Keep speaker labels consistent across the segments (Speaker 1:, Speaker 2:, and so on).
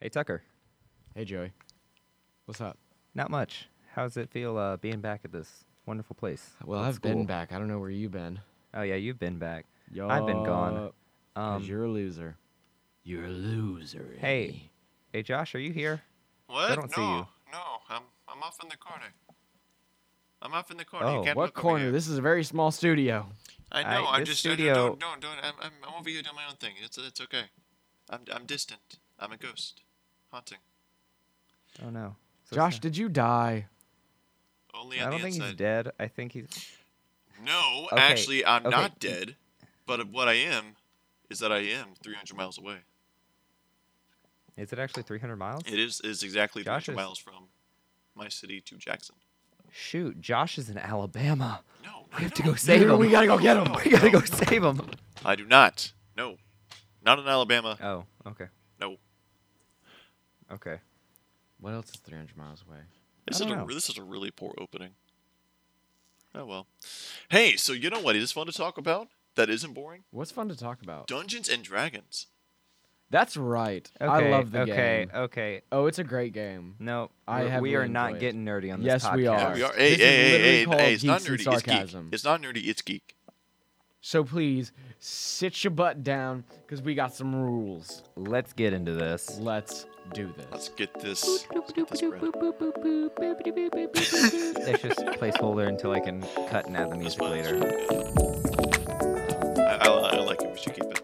Speaker 1: Hey Tucker,
Speaker 2: Hey, Joey. What's up?
Speaker 1: not much. How's it feel uh, being back at this wonderful place?
Speaker 2: Well,
Speaker 1: At
Speaker 2: I've
Speaker 1: school?
Speaker 2: been back. I don't know where you've been.
Speaker 1: Oh yeah, you've been back. I've been gone.
Speaker 2: Yup,
Speaker 1: Um,
Speaker 2: 'cause you're a loser. You're a loser. eh?
Speaker 1: Hey.
Speaker 2: Eddie.
Speaker 1: hey Josh, are you here?
Speaker 3: What?
Speaker 1: don't
Speaker 3: no,
Speaker 1: see you.
Speaker 3: no, I'm I'm off in the corner. I'm off in the corner.
Speaker 1: Oh,
Speaker 3: you can't
Speaker 2: What
Speaker 3: look over
Speaker 2: corner?
Speaker 3: here.
Speaker 2: This is a very small studio.
Speaker 3: I
Speaker 1: I-
Speaker 3: know. I, am
Speaker 1: this
Speaker 3: just
Speaker 1: studio-
Speaker 3: I, don't, don't don't. I'm, I'm I'm over here doing my own thing. It's it's okay. I'm I'm distant. I'm a ghost, haunting.
Speaker 1: Oh no. So
Speaker 2: Josh,
Speaker 1: sad.
Speaker 2: did you die?
Speaker 3: Only on
Speaker 1: I don't
Speaker 3: the
Speaker 1: think he's
Speaker 3: inside.
Speaker 1: dead. I think he's.
Speaker 3: No,
Speaker 1: Okay,
Speaker 3: actually, I'm
Speaker 1: okay.
Speaker 3: not dead. But what I am is that I am 300 miles away.
Speaker 1: Is it actually 300 miles?
Speaker 3: It is is exactly
Speaker 1: Josh
Speaker 3: 300
Speaker 1: is-
Speaker 3: miles from my city to Jackson.
Speaker 1: Shoot, Josh is in Alabama.
Speaker 3: No, no,
Speaker 1: We have to
Speaker 3: no.
Speaker 1: go save him.
Speaker 2: we gotta go get him.
Speaker 1: We gotta go save him.
Speaker 3: I do not. No, not in Alabama.
Speaker 1: Oh, okay,
Speaker 3: No.
Speaker 1: okay.
Speaker 2: What else is 300 miles away?
Speaker 3: This
Speaker 1: I
Speaker 3: is
Speaker 1: don't
Speaker 3: a
Speaker 1: know.
Speaker 3: this is a really poor opening. Oh well. Hey, so you know what is fun to talk about that isn't boring?
Speaker 2: What's fun to talk about?
Speaker 3: Dungeons and Dragons.
Speaker 2: That's right.
Speaker 1: Okay.
Speaker 2: I love the
Speaker 1: okay,
Speaker 2: game.
Speaker 1: Okay,
Speaker 2: Oh, it's a great game.
Speaker 1: No,
Speaker 2: I
Speaker 1: we- we
Speaker 2: heavily
Speaker 1: are not
Speaker 2: enjoy it.
Speaker 1: getting nerdy on this
Speaker 2: Yes,
Speaker 1: podcast.
Speaker 2: we
Speaker 3: Yeah,
Speaker 2: are.
Speaker 3: we are.
Speaker 2: This
Speaker 3: Hey,
Speaker 2: is
Speaker 3: hey, hey,
Speaker 2: literally
Speaker 3: hey,
Speaker 2: called
Speaker 3: hey, It's not
Speaker 2: Geeks and
Speaker 3: nerdy. It's geek.
Speaker 2: Sarcasm.
Speaker 3: It's not nerdy. It's geek.
Speaker 2: So please sit your butt down because we got some rules.
Speaker 1: Let's get into this.
Speaker 2: Let's do this.
Speaker 3: Let's get this. Let's get this bread.
Speaker 1: It's just placeholder until I can cut and add the
Speaker 3: This
Speaker 1: music
Speaker 3: one.
Speaker 1: later.
Speaker 3: I, I, I like it. We should keep it.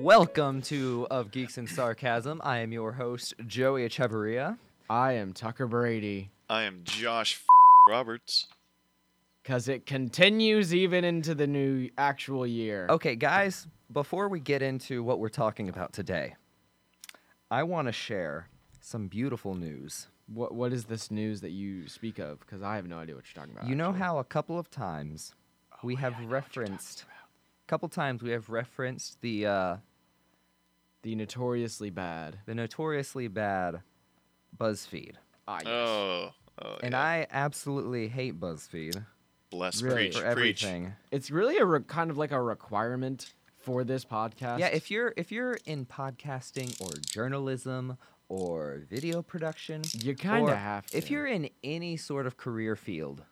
Speaker 1: Welcome to Of Geeks and Sarcasm. I am your host, Joey Echevarria.
Speaker 2: I am Tucker Brady.
Speaker 3: I am Josh f- Roberts.
Speaker 2: Because it continues even into the new actual year.
Speaker 1: Okay, guys, before we get into what we're talking about today, I want to share some beautiful news.
Speaker 2: What What is this news that you speak of? Because I have no idea what you're talking about.
Speaker 1: You know
Speaker 2: actually.
Speaker 1: how a couple of times
Speaker 3: Oh,
Speaker 1: we have referenced, a couple times we have referenced the uh,
Speaker 2: the notoriously bad.
Speaker 1: the notoriously bad BuzzFeed.
Speaker 2: Ah, yes.
Speaker 3: Oh, oh
Speaker 1: And
Speaker 3: yeah.
Speaker 1: I absolutely hate BuzzFeed
Speaker 3: bless
Speaker 2: Really?
Speaker 3: preach,
Speaker 1: for
Speaker 3: preach.
Speaker 1: everything.
Speaker 2: it's really a re- kind of like a requirement for this podcast.
Speaker 1: Yeah, if you're if you're in podcasting or journalism or video production,
Speaker 2: you kind
Speaker 1: or
Speaker 2: of have to.
Speaker 1: If you're in any sort of career field,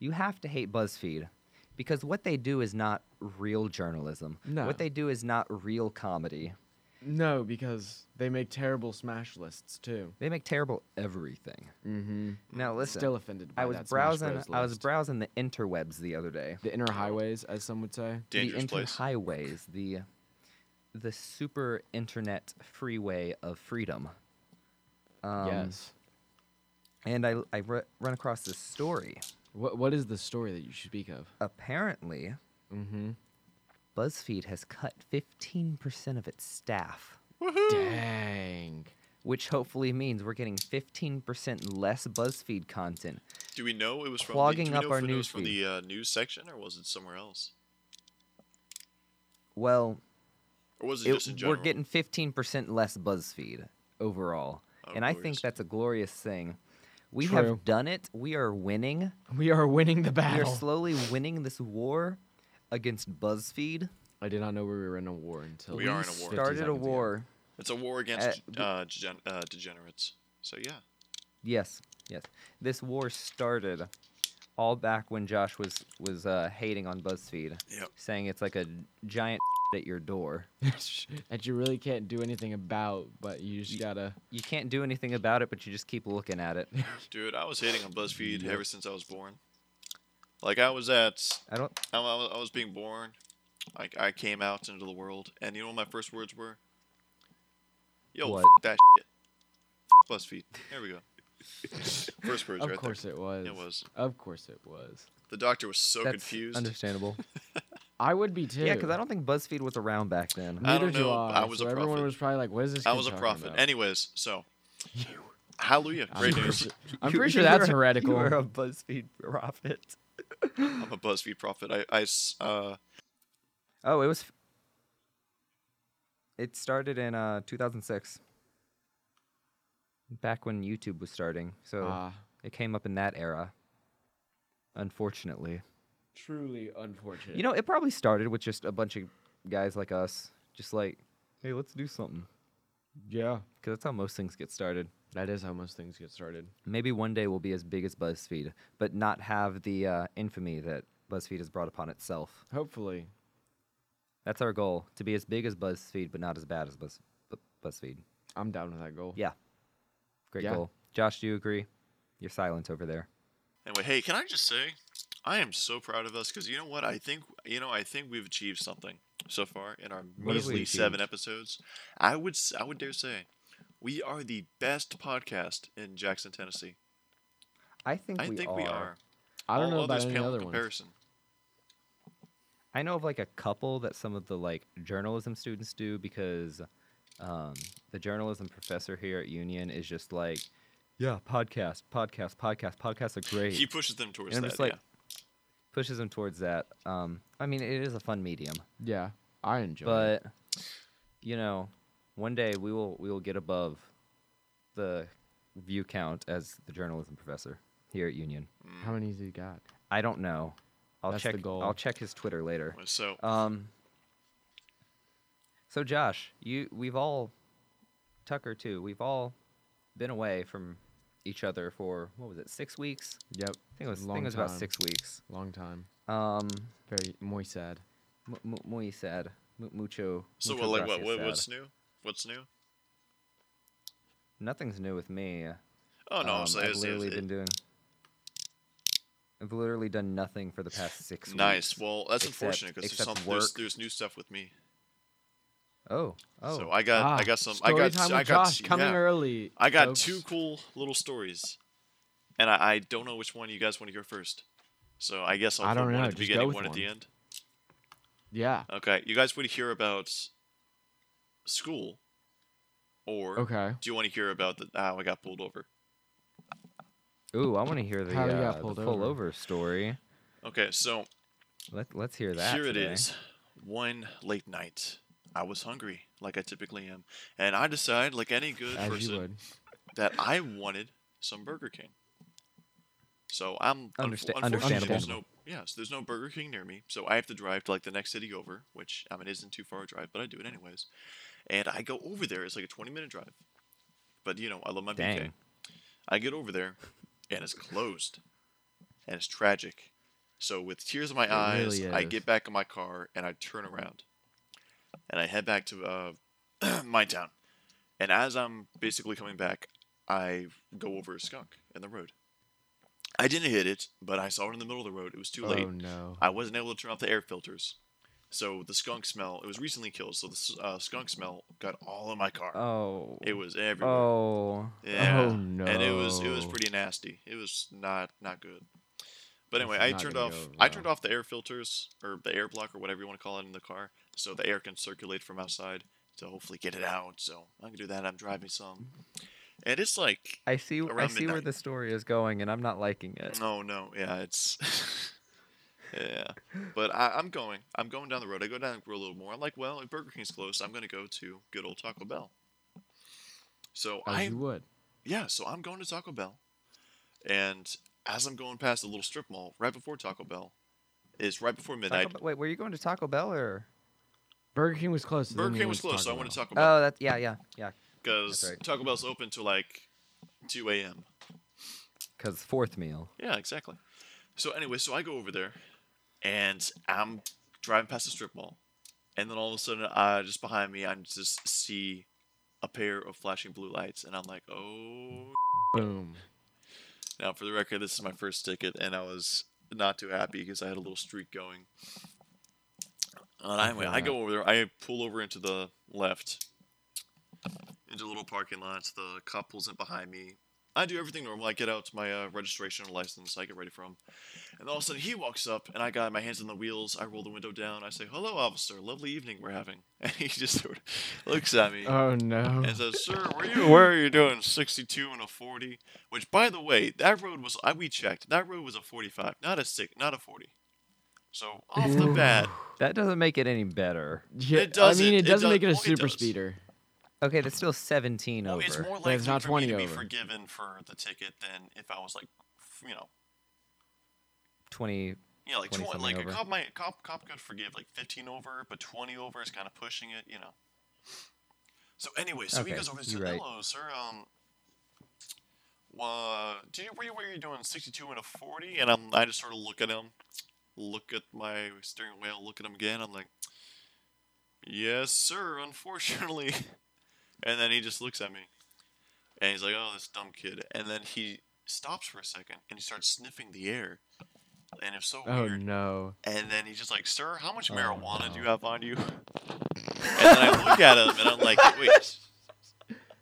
Speaker 1: you have to hate BuzzFeed because what they do is not real journalism.
Speaker 2: No.
Speaker 1: What they do is not real comedy.
Speaker 2: no, because they make terrible smash lists too.
Speaker 1: They make terrible everything.
Speaker 2: Mm-hmm.
Speaker 1: Now listen,
Speaker 2: Still offended. By
Speaker 1: I was
Speaker 2: that Smash
Speaker 1: browsing
Speaker 2: Bros.
Speaker 1: I was
Speaker 2: list.
Speaker 1: browsing the interwebs the other day.
Speaker 2: the inner highways, as some would say.
Speaker 3: Dangerous
Speaker 1: the
Speaker 3: place.
Speaker 1: interhighways, the the super internet freeway of freedom. Um,
Speaker 2: yes.
Speaker 1: And I, I re- run across this story.
Speaker 2: What What is the story that you speak of?
Speaker 1: Apparently,
Speaker 2: Mm-hmm.
Speaker 1: BuzzFeed has cut 15% of its staff, Hmm.
Speaker 2: Dang.
Speaker 1: which hopefully means we're getting 15% less BuzzFeed content.
Speaker 3: Do we know it was from?
Speaker 1: Clogging
Speaker 3: the, do
Speaker 1: up
Speaker 3: we know
Speaker 1: our
Speaker 3: if it was from
Speaker 1: newsfeed.
Speaker 3: the uh, news section, or was it somewhere else,
Speaker 1: Well,
Speaker 3: or was it,
Speaker 1: it-
Speaker 3: just in
Speaker 1: we're
Speaker 3: general?
Speaker 1: getting 15% less BuzzFeed overall.
Speaker 3: Oh,
Speaker 1: and I
Speaker 3: glorious.
Speaker 1: think that's a glorious thing. We
Speaker 2: True.
Speaker 1: have done it. We are winning.
Speaker 2: We are winning the
Speaker 1: We are
Speaker 2: battle.
Speaker 1: slowly winning this war against BuzzFeed.
Speaker 2: I did not know we were in a war until
Speaker 3: We are in a war.
Speaker 2: 50
Speaker 1: Started a
Speaker 2: seconds ago.
Speaker 1: war.
Speaker 3: It's a war against
Speaker 1: Uh,
Speaker 3: uh, degen- uh, degenerates. So yeah,
Speaker 1: Yes, yes. This war started all back when Josh was was uh, hating on BuzzFeed,
Speaker 3: Yep.
Speaker 1: saying it's like a giant at your door.
Speaker 2: that you really can't do anything about, but you just gotta.
Speaker 1: You can't do anything about it, but you just keep looking at it.
Speaker 3: dude, I was hating on BuzzFeed ever since I was born. Like I was at,
Speaker 1: I don't.
Speaker 3: I wa- I was, I was being born. Like I came out into the world, and you know what my first words were? Yo,
Speaker 1: What?
Speaker 3: f- that shit. F- BuzzFeed. There we go. First words
Speaker 2: Of
Speaker 3: right
Speaker 2: course it was.
Speaker 3: there. It was.
Speaker 2: Of course it was.
Speaker 3: The doctor was so
Speaker 1: that's
Speaker 3: confused.
Speaker 1: understandable.
Speaker 2: I would be too.
Speaker 1: Yeah, because I don't think BuzzFeed was around back then.
Speaker 3: I
Speaker 2: Neither
Speaker 3: don't
Speaker 2: do
Speaker 3: know, but
Speaker 2: I.
Speaker 3: I was
Speaker 2: so
Speaker 3: a
Speaker 2: everyone
Speaker 3: prophet.
Speaker 2: was probably like, "What is this?"
Speaker 3: I
Speaker 2: kid
Speaker 3: was a
Speaker 2: talking
Speaker 3: prophet.
Speaker 2: about?
Speaker 3: Anyways, so hallelujah,
Speaker 2: I'm
Speaker 3: great
Speaker 2: pretty
Speaker 3: news.
Speaker 2: sure- I'm
Speaker 1: You-
Speaker 2: pretty
Speaker 1: you
Speaker 2: sure
Speaker 1: were
Speaker 2: that's
Speaker 1: a-
Speaker 2: heretical.
Speaker 1: You were a BuzzFeed prophet.
Speaker 3: I'm a BuzzFeed prophet. I, I s- uh,
Speaker 1: Oh, it was. f- It started in uh, 2006. Back when YouTube was starting, so
Speaker 2: Ah,
Speaker 1: it came up in that era. Unfortunately.
Speaker 2: truly unfortunate.
Speaker 1: You know, it probably started with just a bunch of guys like us, just like, hey, let's do something.
Speaker 2: Yeah.
Speaker 1: Because that's how most things get started.
Speaker 2: That is how most things get started.
Speaker 1: Maybe one day we'll be as big as BuzzFeed, but not have the uh, infamy that BuzzFeed has brought upon itself.
Speaker 2: Hopefully.
Speaker 1: That's our goal to be as big as BuzzFeed, but not as bad as Buzz, Bu- BuzzFeed.
Speaker 2: I'm down with that goal.
Speaker 1: Yeah. Great
Speaker 2: Yeah.
Speaker 1: goal. Josh, do you agree? You're silent over there.
Speaker 3: Anyway, hey, can I just say, I am so proud of us because you know what? I think you know I think we've achieved something so far in our
Speaker 1: have we
Speaker 3: measly seven
Speaker 1: achieved?
Speaker 3: episodes. I would s- I would dare say, we are the best podcast in Jackson, Tennessee.
Speaker 1: I think,
Speaker 3: I
Speaker 1: we,
Speaker 3: think
Speaker 1: are.
Speaker 3: we are.
Speaker 2: I don't
Speaker 3: All
Speaker 2: know about
Speaker 3: others
Speaker 2: any
Speaker 3: pale in
Speaker 2: other ones.
Speaker 3: comparison.
Speaker 1: I know of like a couple that some of the like journalism students do because um, the journalism professor here at Union is just like, yeah, podcast, podcast, podcast, podcasts are great.
Speaker 3: He pushes them towards
Speaker 1: and I'm
Speaker 3: that.
Speaker 1: just like,
Speaker 3: yeah.
Speaker 1: pushes them towards that. Um, I mean, it is a fun medium,
Speaker 2: Yeah. I enjoy it.
Speaker 1: but you know, one day we will we will get above the view count as the journalism professor here at Union.
Speaker 3: Mm.
Speaker 2: How many has he got?
Speaker 1: I don't know. I'll
Speaker 2: That's the
Speaker 1: check.
Speaker 2: goal.
Speaker 1: I'll check his Twitter later.
Speaker 3: So
Speaker 1: Um. So Josh, you we've all, Tucker too. We've all been away from each other for what was it? Six weeks.
Speaker 2: Yep.
Speaker 1: I think it was. I
Speaker 2: Long
Speaker 1: think it was about
Speaker 2: time.
Speaker 1: six weeks.
Speaker 2: Long time.
Speaker 1: Um.
Speaker 2: Very muy sad.
Speaker 1: mu- mu- Muy sad. Mu- Mucho.
Speaker 3: so
Speaker 1: mucho
Speaker 3: well, like what,
Speaker 1: gracias
Speaker 3: what
Speaker 1: sad.
Speaker 3: what's new? What's new?
Speaker 1: Nothing's new with me.
Speaker 3: Oh no,
Speaker 1: Um,
Speaker 3: so
Speaker 1: I've
Speaker 3: it's- it's-
Speaker 1: literally
Speaker 3: it-
Speaker 1: been doing. I've literally done nothing for the past six.
Speaker 3: nice.
Speaker 1: Weeks.
Speaker 3: Well, that's
Speaker 1: except-
Speaker 3: unfortunate because there's,
Speaker 1: except
Speaker 3: some- there's
Speaker 1: work.
Speaker 3: there's new stuff with me.
Speaker 1: Oh. Oh.
Speaker 3: So I got I
Speaker 2: Ah,
Speaker 3: got some I
Speaker 2: Story
Speaker 3: got
Speaker 2: time with
Speaker 3: I got
Speaker 2: Josh coming
Speaker 3: yeah.
Speaker 2: early.
Speaker 3: I got
Speaker 2: folks.
Speaker 3: two cool little stories, and I, I don't know which one you guys want to hear first. So I guess I'll
Speaker 2: I
Speaker 3: put
Speaker 2: don't
Speaker 3: one
Speaker 2: know,
Speaker 3: at the
Speaker 2: just go
Speaker 3: beginning,
Speaker 2: with
Speaker 3: one, at the
Speaker 2: one.
Speaker 3: end.
Speaker 2: Yeah.
Speaker 3: Okay, you guys want to hear about school, or
Speaker 2: Okay.
Speaker 3: do you want to hear about the how I got pulled over?
Speaker 1: Ooh, I want to hear the,
Speaker 2: How you
Speaker 1: uh,
Speaker 2: got
Speaker 1: the
Speaker 2: pulled
Speaker 1: pull
Speaker 2: over.
Speaker 1: over story.
Speaker 3: Okay, so
Speaker 1: Let Let's hear that.
Speaker 3: Here
Speaker 1: today.
Speaker 3: it is. One late night. I was hungry, like I typically am, and I decide, like any good
Speaker 2: As you
Speaker 3: person,
Speaker 2: would.
Speaker 3: that I wanted some Burger King. So I'm
Speaker 1: Understa-
Speaker 3: unfo- unfortunately, There's
Speaker 1: understandable.
Speaker 3: no, yeah, so there's no Burger King near me, so I have to drive to like the next city over, which I mean isn't too far a drive, but I do it anyways. And I go over there. It's like a 20 minute drive, but you know I love my BK.
Speaker 1: Dang.
Speaker 3: I get over there, and it's closed, and it's tragic. So with tears in my eyes,
Speaker 2: really
Speaker 3: I
Speaker 2: is.
Speaker 3: get back in my car and I turn around, and I head back to uh, my town. And as I'm basically coming back, I go over a skunk in the road. I didn't hit it, but I saw it in the middle of the road. It was too late.
Speaker 2: Oh no.
Speaker 3: I wasn't able to turn off the air filters, so the skunk smell. It was recently killed, so the s- uh, skunk smell got all in my car.
Speaker 1: Oh.
Speaker 3: It was everywhere.
Speaker 1: Oh.
Speaker 3: Yeah.
Speaker 2: Oh,
Speaker 3: And it was it was
Speaker 2: no.
Speaker 3: pretty nasty. It was not not good. But
Speaker 2: That's
Speaker 3: anyway, I
Speaker 2: not
Speaker 3: turned
Speaker 2: gonna
Speaker 3: off
Speaker 2: go over
Speaker 3: I
Speaker 2: well.
Speaker 3: turned off the air filters or the air block or whatever you want to call it in the car, so the air can circulate from outside to hopefully get it out. So I can do that. I'm driving some, and it's like
Speaker 1: I see. I
Speaker 3: Around
Speaker 1: see where
Speaker 3: midnight.
Speaker 1: the story is going, and I'm not liking it.
Speaker 3: Oh no, yeah, it's yeah. But I, I'm going. I'm going down the road. I go down a little more. I'm like, well, if Burger King's closed, I'm gonna go to good old Taco Bell. So
Speaker 2: As
Speaker 3: I
Speaker 2: Oh, you would.
Speaker 3: yeah, so I'm going to Taco Bell, and as I'm going past the little strip mall right before Taco Bell, is right before midnight.
Speaker 1: Taco Bell, wait, were you going to Taco Bell or?
Speaker 2: Burger King was close. so then
Speaker 3: Burger
Speaker 2: you
Speaker 3: King
Speaker 2: went
Speaker 3: was
Speaker 2: to
Speaker 3: closed, so I
Speaker 2: Taco
Speaker 3: went to
Speaker 2: Bell.
Speaker 3: Taco Bell
Speaker 1: Oh, that's yeah, yeah, yeah.
Speaker 3: because
Speaker 1: right.
Speaker 3: Taco Bell's open till like 2 a.m.
Speaker 1: Cause fourth meal.
Speaker 3: Yeah, exactly. So anyway, so I go over there, and I'm driving past the strip mall, and then all of a sudden, uh, just behind me, I just see a pair of flashing blue lights, and I'm like, oh.
Speaker 2: Boom.
Speaker 3: Now, for the record, this is my first ticket, and I was not too happy because I had a little streak going. And anyway, I go over there. I pull over into the left, into a little parking lot. The cop pulls in behind me. I do everything normal. I get out my uh, registration or license. I get ready for him, and all of a sudden he walks up, and I got my hands on the wheels. I roll the window down. I say, "Hello, officer. Lovely evening we're having." And he just sort of looks at me.
Speaker 2: Oh no.
Speaker 3: And says, "Sir, were you aware you're doing 62 and a 40?" Which, by the way, that road was I we checked. That road was a 45, not a six, not a 40. So off the bat,
Speaker 1: That doesn't make it any better.
Speaker 2: Yeah,
Speaker 3: it doesn't-
Speaker 2: I mean,
Speaker 3: it
Speaker 2: it doesn't
Speaker 3: does-
Speaker 2: make it a
Speaker 3: well, it
Speaker 2: super
Speaker 3: does.
Speaker 2: speeder.
Speaker 1: Okay, that's still 17
Speaker 3: well,
Speaker 1: over.
Speaker 3: Oh, it's more
Speaker 2: But it's
Speaker 3: likely
Speaker 2: not
Speaker 3: for
Speaker 2: 20
Speaker 3: me to be
Speaker 2: over.
Speaker 3: forgiven for the ticket than if I was like, f- you know,
Speaker 1: 20.
Speaker 3: yeah, like
Speaker 1: 20
Speaker 3: 20,
Speaker 1: something
Speaker 3: like
Speaker 1: over.
Speaker 3: a cop might cop cop could forgive like 15 over, but 20 over is kind of pushing it, you know. So anyway, so he
Speaker 1: Okay,
Speaker 3: goes over and says,
Speaker 1: you're right.
Speaker 3: "Hello, sir. Um, well, do you were you, were you doing 62 and a 40?" And I'm I just sort of look at him, look at my steering wheel, look at him again. I'm like, "Yes, sir. Unfortunately." And then he just looks at me, and he's like, "Oh, this dumb kid." And then he stops for a second and he starts sniffing the air, and it's so
Speaker 2: Oh
Speaker 3: weird.
Speaker 2: no.
Speaker 3: And then he's just like, "Sir, how much
Speaker 1: Oh,
Speaker 3: marijuana do
Speaker 1: no.
Speaker 3: you have on you?" and then I look at him and I'm like, "Wait,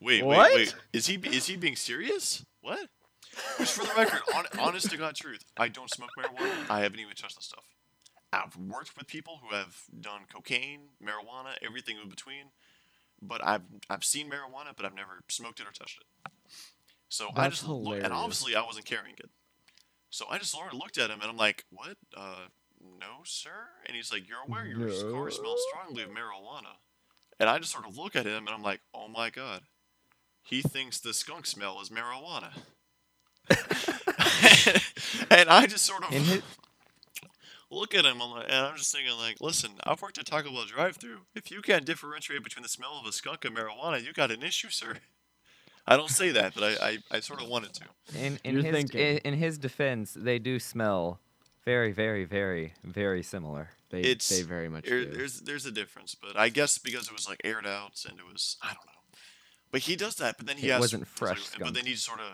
Speaker 3: wait,
Speaker 2: What?
Speaker 3: wait, wait. Is he is he being serious? What?" Which, for the record, on, honest to God, truth, I don't smoke marijuana. I haven't even touched the stuff. I've worked with people who have done cocaine, marijuana, everything in between, but I've I've seen marijuana, but I've never smoked it or touched it. So I
Speaker 2: That's
Speaker 3: just look, and
Speaker 2: hilarious.
Speaker 3: obviously I wasn't carrying it. So I just sort of looked at him and I'm like, "What? Uh, no, sir." And he's like, "You're aware your car smells strongly of marijuana." And I just sort of look at him and I'm like, "Oh my god, he thinks the skunk smell is marijuana." and I just sort of
Speaker 1: In his,
Speaker 3: look at him I'm like, and I'm just thinking like, listen, I've worked at Taco Bell drive-through. If you can't differentiate between the smell of a skunk and marijuana, you got an issue, sir. I don't say that, but I, I, I sort of wanted to.
Speaker 1: in, in,
Speaker 2: You're
Speaker 1: his
Speaker 2: thinking.
Speaker 1: in, in his defense, they do smell very, very, very, very similar.
Speaker 2: They
Speaker 3: It's-
Speaker 2: they very much
Speaker 3: There,
Speaker 2: do.
Speaker 3: there's there's a difference, but I guess because it was like aired out and it was I don't know. But he does that, but then he
Speaker 1: It
Speaker 3: has
Speaker 1: wasn't
Speaker 3: he's
Speaker 1: fresh
Speaker 3: like- uh,
Speaker 1: skunk.
Speaker 3: but then he just sort of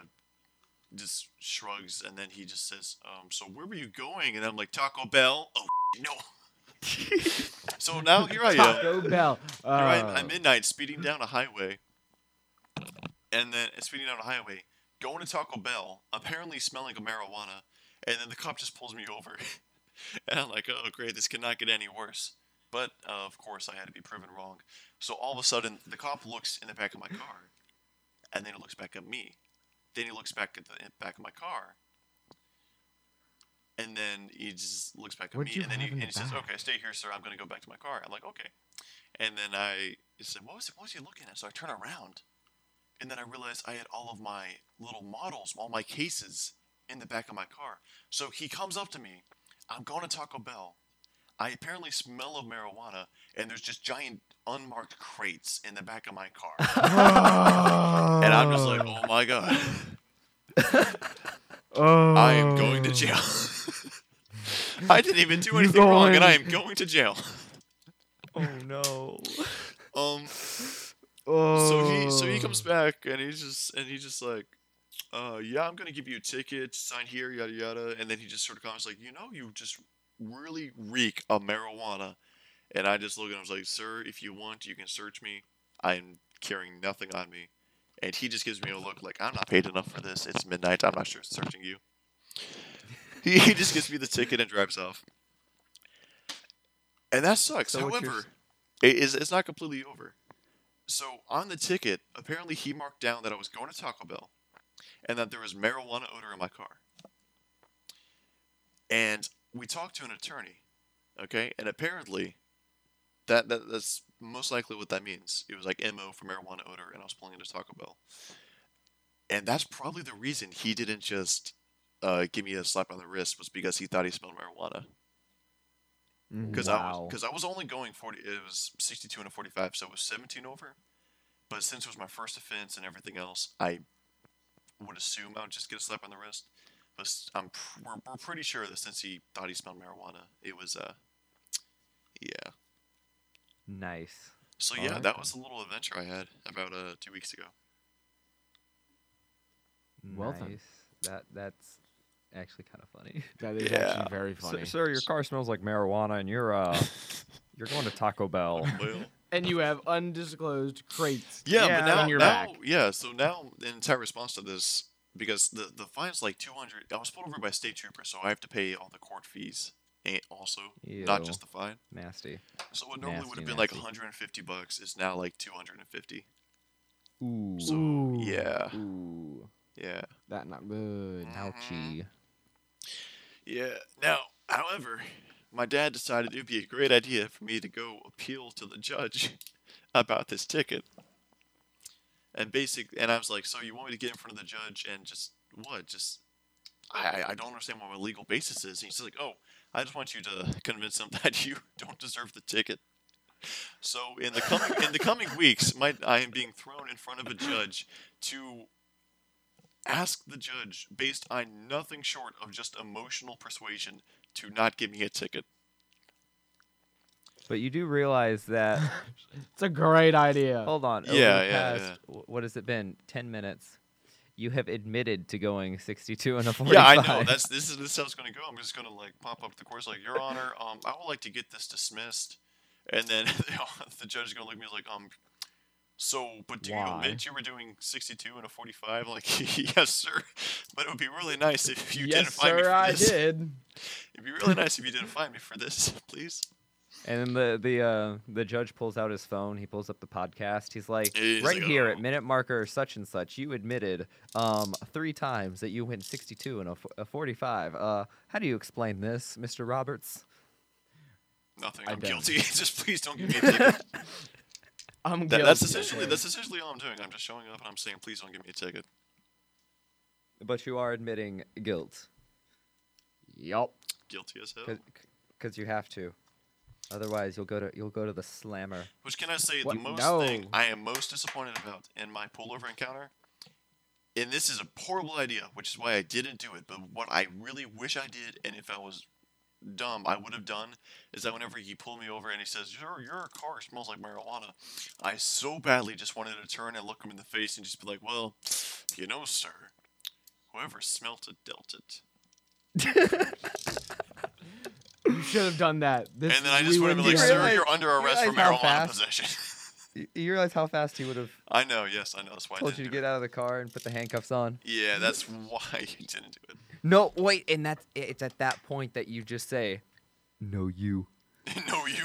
Speaker 3: just shrugs and then he just says, um, "So where were you going?" And I'm like, "Taco Bell." Oh no. so now here I am.
Speaker 2: Taco Bell.
Speaker 3: Here I am
Speaker 2: Uh,
Speaker 3: at midnight speeding down a highway. And then uh, speeding down a highway, going to Taco Bell, apparently smelling of marijuana, and then the cop just pulls me over. and I'm like, oh great, this cannot get any worse. But uh, of course, I had to be proven wrong. So all of a sudden, the cop looks in the back of my car, and then he looks back at me. Then he looks back at the back of my car, and then he just looks back at
Speaker 2: What'd
Speaker 3: me,
Speaker 2: you
Speaker 3: and then he,
Speaker 2: have in
Speaker 3: and
Speaker 2: the
Speaker 3: he says,
Speaker 2: back?
Speaker 3: "Okay, stay here, sir. I'm gonna go back to my car." I'm like, "Okay," and then I he said, "What was what was he looking at?" So I turn around, and then I realized I had all of my little models, all my cases, in the back of my car. So he comes up to me. I'm going to Taco Bell. I apparently smell of marijuana, and there's just giant unmarked crates in the back of my car.
Speaker 2: Uh.
Speaker 3: and I'm just like, oh my god,
Speaker 2: Oh.
Speaker 3: I am going to jail. I didn't even do
Speaker 2: You're
Speaker 3: anything wrong, and I
Speaker 2: going-
Speaker 3: am going to jail.
Speaker 1: Oh no!
Speaker 3: Um,
Speaker 2: Oh.
Speaker 3: so he so he comes back, and he's just and he's just like, uh, yeah, I'm gonna give you a ticket, sign here, yada yada, and then he just sort of comments like, you know, you just really reek of marijuana, and I just look at him, I was like, sir, if you want, you can search me. I'm carrying nothing on me, and he just gives me a look like I'm not paid enough for this. It's midnight. I'm not sure searching you. he he just gives me the ticket and drives off, and that sucks.
Speaker 2: So what you're
Speaker 3: However, it is it's not completely over. So on the ticket, apparently he marked down that I was going to Taco Bell, and that there was marijuana odor in my car. And we talked to an attorney, okay? And apparently, that, that that's most likely what that means. It was like mo for marijuana odor, and I was pulling into Taco Bell. And that's probably the reason he didn't just uh, give me a slap on the wrist was because he thought he smelled marijuana.
Speaker 2: Mm-hmm.
Speaker 3: Because I was
Speaker 1: Wow.
Speaker 3: because I was only going forty. It was sixty-two and a forty-five, so it was seventeen over. But since it was my first offense and everything else, I would assume I would just get a slap on the wrist. But s- I'm pr- we're, we're pretty sure that since he thought he smelled marijuana, it was uh, yeah.
Speaker 1: Nice.
Speaker 3: So yeah,
Speaker 1: Alright
Speaker 3: that
Speaker 1: then.
Speaker 3: was a little adventure I had about uh two weeks ago.
Speaker 2: Well done.
Speaker 1: nice. That that's actually kind of funny.
Speaker 2: That is
Speaker 3: Yeah.
Speaker 2: actually very funny.
Speaker 1: sir, your car smells like marijuana, and you're uh, you're going to Taco Bell.
Speaker 3: Well,
Speaker 2: and you have undisclosed crates.
Speaker 3: yeah,
Speaker 2: yeah
Speaker 3: but now
Speaker 2: on your
Speaker 3: now
Speaker 2: back.
Speaker 3: yeah. So now the entire response to this because the the fine's like two hundred. I was pulled over by a state trooper, so I have to pay all the court fees. And also, not just the fine.
Speaker 1: Nasty.
Speaker 3: So what normally would
Speaker 1: Nasty,
Speaker 3: have been like
Speaker 1: nasty.
Speaker 3: 150 bucks is now like 250.
Speaker 1: Ooh.
Speaker 3: So
Speaker 2: Ooh.
Speaker 3: yeah, Mm.
Speaker 1: Ooh.
Speaker 3: yeah,
Speaker 2: That not good.
Speaker 3: Mm-hmm.
Speaker 1: Ouchie.
Speaker 3: yeah. Now, however, my dad decided it would be a great idea for me to go appeal to the judge about this ticket. And basic, and I was like, so you want me to get in front of the judge and just what? Just I I- I don't understand what my legal basis is. And he's like, oh, I just want you to convince him that you don't deserve the ticket. So in the coming in the coming weeks, my I am being thrown in front of a judge to ask the judge, based on nothing short of just emotional persuasion, to not give me a ticket.
Speaker 1: But you do realize that.
Speaker 2: It's a great idea.
Speaker 3: Oh,
Speaker 1: hold on. Over
Speaker 3: Yeah,
Speaker 1: the
Speaker 3: yeah,
Speaker 1: past,
Speaker 3: yeah.
Speaker 1: wh- What has it been? Ten minutes. You have admitted to going 62
Speaker 2: Oh
Speaker 1: and a 45.
Speaker 3: Yeah, I know. That's this is this is how it's going to go. I'm just going to like pop up the course like, Your Honor, um, I would like to get this dismissed, and then the judge is going to look at me like, um, so, but do you
Speaker 2: Why?
Speaker 3: admit you were doing 62 and a 45? Like, yes, sir. But it would be really nice if you didn't
Speaker 2: yes,
Speaker 3: find me
Speaker 2: sir,
Speaker 3: for
Speaker 2: I
Speaker 3: this.
Speaker 2: did.
Speaker 3: It'd be really nice if you didn't find me for this, please.
Speaker 1: And then the the uh, the judge pulls out his phone. He pulls up the podcast. He's like,
Speaker 3: He's
Speaker 1: right
Speaker 3: like,
Speaker 1: here at
Speaker 3: "Oh."
Speaker 1: minute marker such and such, you admitted um, three times that you went 62 and a, f- a 45. Uh, how do you explain this, Mr. Roberts?
Speaker 3: Nothing.
Speaker 1: I
Speaker 3: I'm
Speaker 1: don't.
Speaker 3: guilty. Just please don't give me a ticket.
Speaker 2: I'm
Speaker 3: That-
Speaker 2: guilty.
Speaker 3: that's essentially that's essentially all I'm doing. I'm just showing up and I'm saying, please don't give me a ticket.
Speaker 1: But you are admitting guilt
Speaker 2: Yup.
Speaker 3: Guilty as hell.
Speaker 1: because you have to. Otherwise, you'll go to you'll go to the slammer.
Speaker 3: Which can I say
Speaker 2: What?
Speaker 3: the most
Speaker 2: No.
Speaker 3: thing I am most disappointed about in my pullover encounter, and this is a horrible idea, which is why I didn't do it. But what I really wish I did, and if I was dumb, I would have done, is that whenever he pulled me over and he says, "Your your car smells like marijuana," I so badly just wanted to turn and look him in the face and just be like, "Well, you know, sir, whoever smelt it dealt it."
Speaker 2: You should have done that. This
Speaker 3: and then I just
Speaker 2: we
Speaker 3: would have been like,
Speaker 2: wouldn't be
Speaker 3: "Sir,
Speaker 2: here.
Speaker 3: you're under arrest for
Speaker 1: realize how
Speaker 3: marijuana
Speaker 1: fast-
Speaker 3: possession."
Speaker 1: You, you realize how fast he would have
Speaker 3: I know. Yes, I know. That's why I
Speaker 1: told
Speaker 3: didn't
Speaker 1: you to
Speaker 3: do it.
Speaker 1: get out of the car and put the handcuffs on.
Speaker 3: Yeah, that's why I didn't do it.
Speaker 1: No, wait, and that's it's at that point that you just say, "No, you."
Speaker 3: no, you.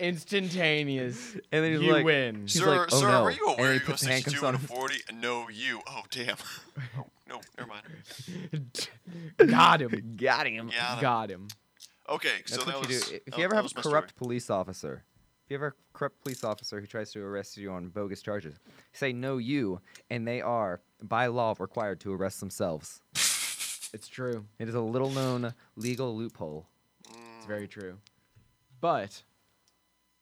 Speaker 2: instantaneous.
Speaker 1: And then he's
Speaker 2: you
Speaker 1: like,
Speaker 2: win.
Speaker 1: He's
Speaker 3: sir,
Speaker 1: like, "Oh,
Speaker 3: sir,
Speaker 1: no."
Speaker 3: are you
Speaker 1: And
Speaker 3: aware
Speaker 1: he
Speaker 3: you go
Speaker 1: puts the handcuffs
Speaker 3: 62 and a
Speaker 1: on him.
Speaker 3: 40? No, you. Oh, damn. Oh, no, never mind.
Speaker 2: Got him.
Speaker 1: "Got him."
Speaker 3: Yeah. I don't-
Speaker 2: Got him.
Speaker 3: Okay,
Speaker 1: That's
Speaker 3: so that
Speaker 1: what
Speaker 3: was.
Speaker 1: you do. If
Speaker 3: that-
Speaker 1: you ever
Speaker 3: that
Speaker 1: have
Speaker 3: was
Speaker 1: a
Speaker 3: my
Speaker 1: corrupt police officer, if you ever have a corrupt police officer who tries to arrest you on bogus charges, say "No, you," and they are by law required to arrest themselves.
Speaker 2: It's true.
Speaker 1: It is a little-known legal loophole.
Speaker 3: story.
Speaker 2: It's
Speaker 3: Mm,
Speaker 2: very true. But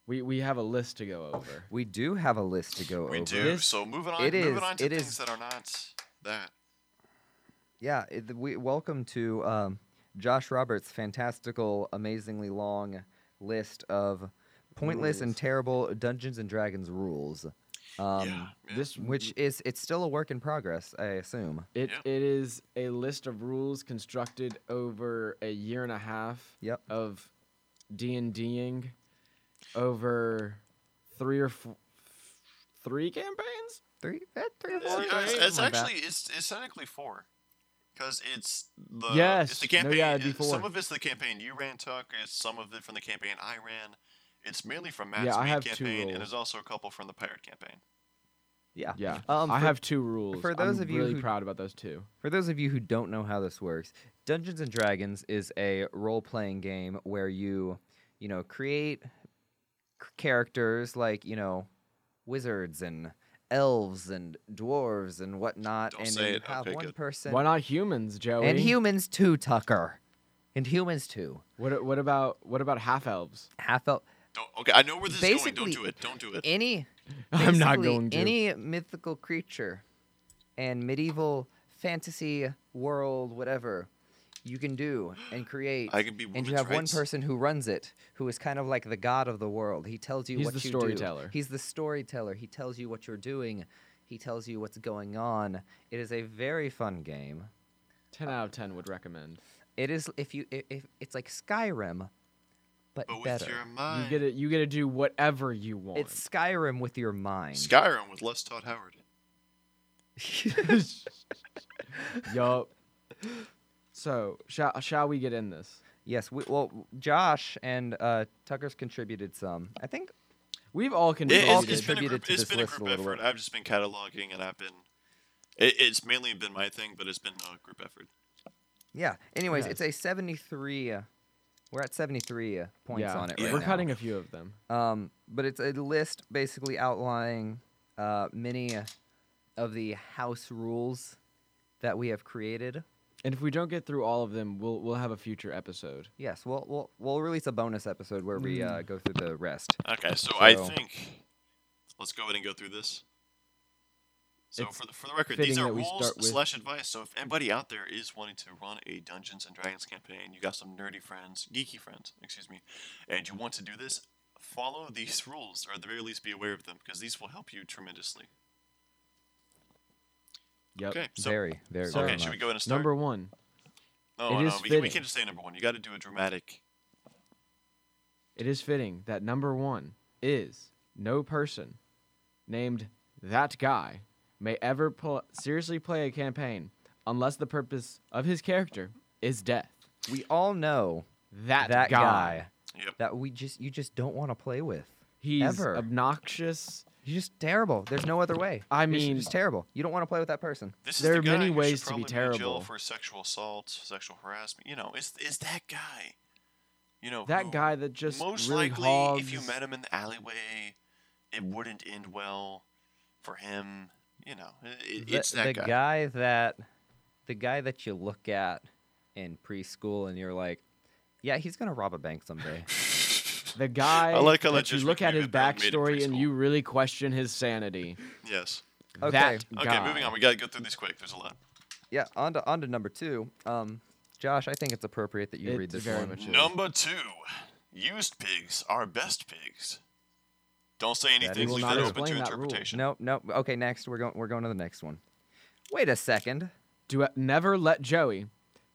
Speaker 2: we we have a list to go over.
Speaker 1: We do have a list to go
Speaker 3: we
Speaker 1: over.
Speaker 3: do.
Speaker 2: This-
Speaker 3: so moving on,
Speaker 1: Oh, it
Speaker 3: moving
Speaker 1: is-
Speaker 3: on to
Speaker 1: it
Speaker 3: things
Speaker 1: is-
Speaker 3: that are not that.
Speaker 1: Yeah, it, we welcome to um, Josh Roberts' fantastical, amazingly long list of pointless and
Speaker 2: Rules.
Speaker 1: terrible Dungeons and Dragons rules. Um,
Speaker 3: yeah, yeah.
Speaker 2: This
Speaker 1: Which is it's still a work in progress, I assume.
Speaker 2: it,
Speaker 3: Mm-hmm. Yeah.
Speaker 2: it is a list of rules constructed over a year and a half
Speaker 1: Yep.
Speaker 2: of D and Ding over three or f- three campaigns.
Speaker 1: Three, eh, three or
Speaker 3: It's,
Speaker 1: four.
Speaker 3: yeah, it's,
Speaker 2: right?
Speaker 3: it's
Speaker 2: My bad.
Speaker 3: actually it's, it's technically four, because it's the it's
Speaker 2: Yes, no,
Speaker 3: the
Speaker 2: yeah,
Speaker 3: campaign.
Speaker 2: it'd be
Speaker 3: it- Some
Speaker 2: four.
Speaker 3: of it's the campaign you ran, Tuck. It's some of it from the campaign I ran. It's mainly from
Speaker 2: Yeah,
Speaker 3: Matt's
Speaker 2: I
Speaker 3: main
Speaker 2: have two
Speaker 3: campaign,
Speaker 2: roles.
Speaker 3: and there's also a couple from the pirate campaign.
Speaker 1: Yeah.
Speaker 2: Yeah,
Speaker 1: Um,
Speaker 2: I
Speaker 1: for-
Speaker 2: have two rules.
Speaker 1: for those
Speaker 2: I'm
Speaker 1: of you
Speaker 2: really
Speaker 1: who-
Speaker 2: proud about those two.
Speaker 1: For those of you who don't know how this works, Dungeons and Dragons is a role-playing game where you, you know, create c- characters like you know, wizards and elves and dwarves and whatnot,
Speaker 3: Don't
Speaker 1: and
Speaker 3: say
Speaker 1: you
Speaker 3: it.
Speaker 1: have
Speaker 3: Okay,
Speaker 1: one
Speaker 3: good.
Speaker 1: person
Speaker 2: Why not humans, Joey?
Speaker 1: and humans too, Tucker, and humans too.
Speaker 2: What what about what about half elves?
Speaker 1: Half elf.
Speaker 3: Don't, okay, I know where this is going. Don't
Speaker 1: Basically,
Speaker 3: do it. Don't do it.
Speaker 1: any
Speaker 2: I'm not
Speaker 1: basically
Speaker 2: going to.
Speaker 1: any mythical creature and medieval fantasy world whatever you can do and create
Speaker 3: I can be
Speaker 1: and you
Speaker 3: women's
Speaker 1: have one
Speaker 3: rights.
Speaker 1: person who runs it who is kind of like the god of the world he tells you
Speaker 2: He's
Speaker 1: what
Speaker 2: the
Speaker 1: you do.
Speaker 2: storyteller.
Speaker 1: he's the storyteller he tells you what you're doing he tells you what's going on it is a very fun game
Speaker 2: Ten out of ten would recommend.
Speaker 1: it is if you i- if it's like skyrim but,
Speaker 3: But with
Speaker 1: better
Speaker 3: your
Speaker 2: You
Speaker 3: mind.
Speaker 2: get it. You get to do whatever you want.
Speaker 1: it's skyrim with your mind
Speaker 3: Skyrim with less Todd Howard.
Speaker 2: yup. So shall shall we get in this?
Speaker 1: Yes, we, well, Josh and uh, Tucker's contributed some. I think
Speaker 2: We've all
Speaker 3: It,
Speaker 2: contributed.
Speaker 3: it's,
Speaker 1: all
Speaker 3: it's been a
Speaker 1: contributed
Speaker 3: group,
Speaker 1: to
Speaker 3: it's
Speaker 1: this
Speaker 3: been a
Speaker 1: list a
Speaker 3: group
Speaker 1: little
Speaker 3: effort.
Speaker 1: bit.
Speaker 3: I've just been cataloging and I've been. It, it's mainly been my thing, but it's been a group effort.
Speaker 1: Yeah. Anyways,
Speaker 2: Yes.
Speaker 1: it's a 73. Uh, we're at 73 uh, points
Speaker 2: yeah,
Speaker 1: on it right
Speaker 2: we're
Speaker 1: now.
Speaker 2: cutting a few of them.
Speaker 1: Um, but it's a list basically outlining uh, many of the house rules that we have created
Speaker 2: And if we don't get through all of them, we'll we'll have a future episode.
Speaker 1: Yes, we'll we'll we'll release a bonus episode where we
Speaker 2: Mm.
Speaker 1: uh, go through the rest.
Speaker 3: Okay, so, I
Speaker 1: So-
Speaker 3: think let's go ahead and go through this. So
Speaker 2: It's
Speaker 3: for the, for the record, these
Speaker 2: fitting
Speaker 3: are
Speaker 2: that we
Speaker 3: rules
Speaker 2: start with-
Speaker 3: slash advice. So if anybody out there is wanting to run a Dungeons and Dragons campaign, you got some nerdy friends, geeky friends, excuse me, and you want to do this, follow these rules, or at the very least, be aware of them because these will help you tremendously.
Speaker 2: Yep.
Speaker 3: Okay, so
Speaker 1: very, very,
Speaker 2: so-
Speaker 1: very
Speaker 3: okay, should we
Speaker 1: much.
Speaker 3: go ahead and start?
Speaker 2: Number one,
Speaker 3: no,
Speaker 2: it
Speaker 3: no,
Speaker 2: is
Speaker 3: we, we
Speaker 2: fitting.
Speaker 3: can't just say number one. You got to do a dramatic.
Speaker 2: it is fitting that number one is no person named that guy may ever pl- seriously play a campaign unless the purpose of his character is death.
Speaker 1: We all know
Speaker 2: That,
Speaker 1: that guy.
Speaker 3: Yep.
Speaker 1: that we just you just don't want to play with.
Speaker 2: He's
Speaker 1: Ever.
Speaker 2: obnoxious.
Speaker 1: He's just terrible. There's no other way.
Speaker 2: I
Speaker 1: He's
Speaker 2: mean-
Speaker 1: just terrible. You don't want to play with that person.
Speaker 3: This
Speaker 2: There
Speaker 3: is
Speaker 2: are
Speaker 3: the guy
Speaker 2: many
Speaker 3: who should
Speaker 2: ways to be
Speaker 3: probably in Jail
Speaker 2: terrible.
Speaker 3: for sexual assault, sexual harassment. You know, it's it's that guy. You know
Speaker 2: That
Speaker 3: who
Speaker 2: guy that just
Speaker 3: Oh, most
Speaker 2: really
Speaker 3: likely,
Speaker 2: hogs.
Speaker 3: if you met him in the alleyway, it wouldn't end well for him. You know, i- i- it's
Speaker 1: the,
Speaker 3: that
Speaker 1: the
Speaker 3: guy.
Speaker 1: that the guy that you look at in preschool and you're like, yeah, he's gonna rob a bank someday.
Speaker 2: The guy
Speaker 3: like how that
Speaker 2: that you
Speaker 3: just
Speaker 2: look at his
Speaker 3: reminded me of that made in
Speaker 2: backstory and
Speaker 3: preschool.
Speaker 2: you really question his sanity.
Speaker 3: Yes.
Speaker 1: Okay.
Speaker 2: That
Speaker 1: Okay,
Speaker 3: Okay,
Speaker 2: guy.
Speaker 3: moving on. We gotta go through these quick. There's a lot.
Speaker 1: yeah, on to on to number two. Um, Josh, I think it's appropriate that you read
Speaker 2: It's
Speaker 1: this
Speaker 2: very
Speaker 1: one.
Speaker 2: much- Sure.
Speaker 3: Number two, used pigs are best pigs. Don't say anything.
Speaker 1: will
Speaker 3: Leave
Speaker 1: not
Speaker 3: that open to
Speaker 2: explain that rule.
Speaker 3: interpretation.
Speaker 1: Nope, nope. Okay, next we're going we're going to the next one. Wait a second.
Speaker 2: Do e-, never let Joey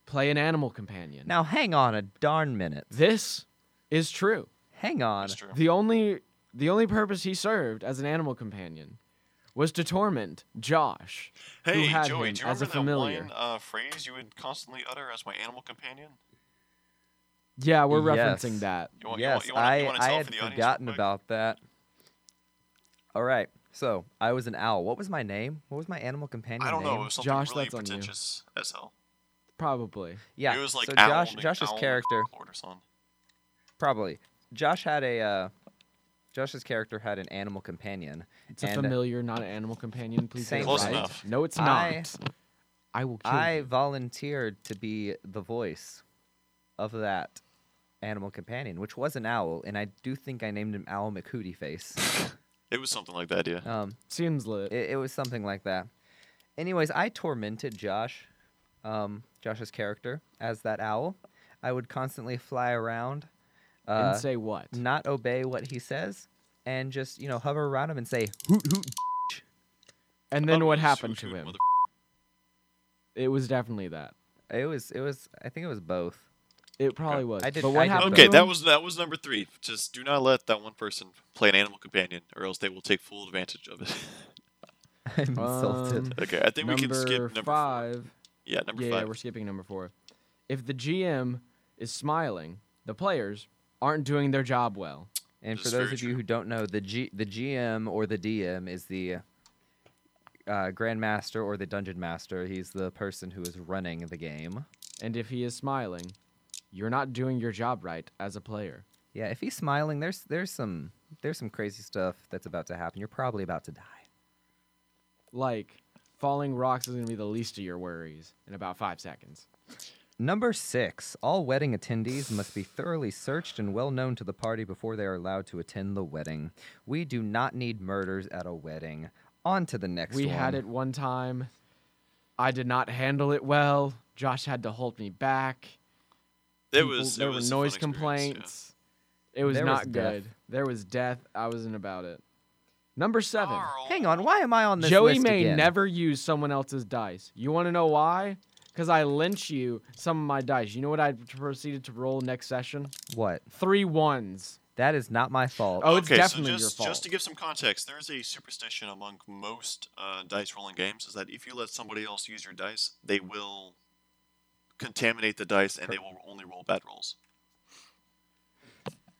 Speaker 2: play an animal companion.
Speaker 1: Now hang on a darn minute.
Speaker 2: this is true.
Speaker 1: Hang on.
Speaker 3: That's true.
Speaker 2: The only the only purpose he served as an animal companion was to torment Josh,
Speaker 3: Hey,
Speaker 2: who had
Speaker 3: Joey,
Speaker 2: him
Speaker 3: do you
Speaker 2: as
Speaker 3: remember
Speaker 2: a familiar.
Speaker 3: that one uh, phrase you would constantly utter as my animal companion?
Speaker 2: Yeah, we're
Speaker 1: Yes.
Speaker 2: referencing that.
Speaker 3: You want,
Speaker 1: yes,
Speaker 3: you want, you want,
Speaker 1: I,
Speaker 3: you want to
Speaker 1: I
Speaker 3: tell
Speaker 1: had
Speaker 3: for the audience real
Speaker 1: forgotten
Speaker 3: quick?
Speaker 1: about that. All right, so I was an owl. What was my name? What was my animal companion
Speaker 3: I don't
Speaker 1: name?
Speaker 3: know. It was something
Speaker 2: Josh,
Speaker 3: really
Speaker 2: that's on you.
Speaker 3: pretentious as hell.
Speaker 2: Probably.
Speaker 1: Yeah,
Speaker 3: It was like
Speaker 1: so
Speaker 3: owl,
Speaker 1: Josh,
Speaker 3: like
Speaker 1: Josh's
Speaker 3: owl
Speaker 1: character
Speaker 3: Lord or something.
Speaker 1: probably. Josh had a, uh, Josh's character had an animal companion.
Speaker 2: It's a
Speaker 1: and uh,
Speaker 2: familiar, not an animal companion. Please say
Speaker 1: Same
Speaker 2: it
Speaker 3: Close
Speaker 2: right.
Speaker 3: enough.
Speaker 2: No, it's not.
Speaker 1: I-
Speaker 2: I, will kill
Speaker 1: I
Speaker 2: you.
Speaker 1: volunteered to be the voice of that animal companion, which was an owl, and I do think I named him Owl McHootie Face.
Speaker 3: It was something like that, yeah.
Speaker 1: Um,
Speaker 2: Seems lit.
Speaker 1: It, it was something like that. Anyways, I tormented Josh, um, Josh's character, as that owl. I would constantly fly around, uh,
Speaker 2: and say what?
Speaker 1: not obey what he says, and just you know hover around him and say hoot hoot.
Speaker 2: And then
Speaker 3: Oh,
Speaker 2: what
Speaker 3: shoot,
Speaker 2: happened
Speaker 3: shoot,
Speaker 2: to him?
Speaker 3: mother-
Speaker 2: It was definitely that.
Speaker 1: It was it was I think it was both.
Speaker 2: It probably was.
Speaker 1: I did-
Speaker 2: but
Speaker 1: I
Speaker 2: what
Speaker 1: did
Speaker 2: happened?
Speaker 3: Okay,
Speaker 2: to
Speaker 3: that
Speaker 2: him?
Speaker 3: was that was number three. Just do not let that one person play an animal companion, or else they will take full advantage of it.
Speaker 1: I'm insulted.
Speaker 2: Um,
Speaker 3: okay, I think we
Speaker 2: number
Speaker 3: can skip number four.
Speaker 2: five.
Speaker 3: Yeah, number
Speaker 2: yeah, yeah,
Speaker 3: five.
Speaker 2: we're skipping number four. If the GM is smiling, the players aren't doing their job well.
Speaker 1: And
Speaker 3: This
Speaker 1: for
Speaker 3: is
Speaker 1: those
Speaker 3: very
Speaker 1: of you
Speaker 3: true.
Speaker 1: who don't know, the G the GM or the DM is the uh, grandmaster or the dungeon master. He's the person who is running the game.
Speaker 2: And if he is smiling, you're not doing your job right as a player.
Speaker 1: Yeah, if he's smiling, there's there's some there's some crazy stuff that's about to happen. You're probably about to die.
Speaker 2: Like, falling rocks is going to be the least of your worries in about five seconds.
Speaker 1: Number six, all wedding attendees must be thoroughly searched and well known to the party before they are allowed to attend the wedding. We do not need murders at a wedding. On to the next
Speaker 2: we
Speaker 1: one.
Speaker 2: had it one time. I did not handle it well. Josh had to hold me back.
Speaker 3: It
Speaker 2: People-
Speaker 3: was
Speaker 2: there
Speaker 3: it
Speaker 2: were
Speaker 3: was a fun
Speaker 2: noise
Speaker 3: experience, yeah.
Speaker 2: complaints. It was
Speaker 1: There was
Speaker 2: not
Speaker 1: death.
Speaker 2: good. There was death. I wasn't about it. Number seven.
Speaker 3: Carl,
Speaker 1: Hang on, why am I on this
Speaker 2: Joey
Speaker 1: list
Speaker 2: may
Speaker 1: again?
Speaker 2: never use someone else's dice. You want to know why? Because I lynch you some of my dice. You know what I proceeded to roll next session?
Speaker 1: What?
Speaker 2: Three ones.
Speaker 1: That is not my fault.
Speaker 2: Oh, it's
Speaker 3: okay,
Speaker 2: definitely
Speaker 3: so
Speaker 2: your
Speaker 3: just,
Speaker 2: fault.
Speaker 3: Just to give some context, there is a superstition among most uh, dice rolling games is that if you let somebody else use your dice, they will contaminate the dice and they will only roll bad rolls.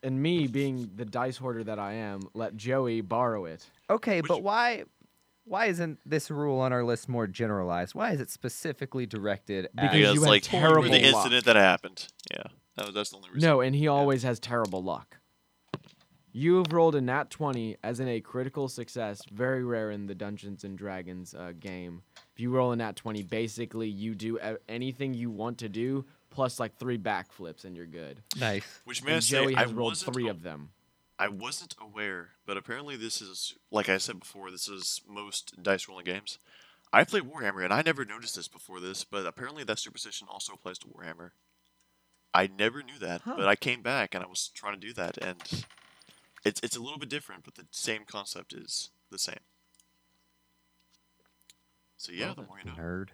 Speaker 2: And me, being the dice hoarder that I am, let Joey borrow it.
Speaker 1: okay,
Speaker 3: Would
Speaker 1: but
Speaker 3: you-
Speaker 1: why why isn't this rule on our list more generalized? Why is it specifically directed at
Speaker 2: Because
Speaker 3: Because
Speaker 2: you had
Speaker 3: like
Speaker 2: terrible
Speaker 3: the incident
Speaker 2: luck.
Speaker 3: that happened. Yeah, that was, that's the only reason.
Speaker 2: No, and he always has terrible luck. You have rolled a nat 20 as in a critical success, very rare in the Dungeons and Dragons uh, game. If you roll a nat 20, basically you do a- anything you want to do plus like three backflips and you're good.
Speaker 1: Nice.
Speaker 3: Which
Speaker 2: And
Speaker 3: man
Speaker 2: Joey
Speaker 3: say, I
Speaker 2: has rolled
Speaker 3: wasn't
Speaker 2: three
Speaker 3: a-
Speaker 2: of them.
Speaker 3: I wasn't aware, but apparently this is like I said before, this is most dice rolling games. I play Warhammer and I never noticed this before this, but apparently that superstition also applies to Warhammer. I never knew that,
Speaker 2: Huh.
Speaker 3: but I came back and I was trying to do that and it's it's a little bit different, but the same concept is the same. So yeah,
Speaker 2: Love
Speaker 3: the
Speaker 2: it.
Speaker 3: more you know.
Speaker 1: Nerd.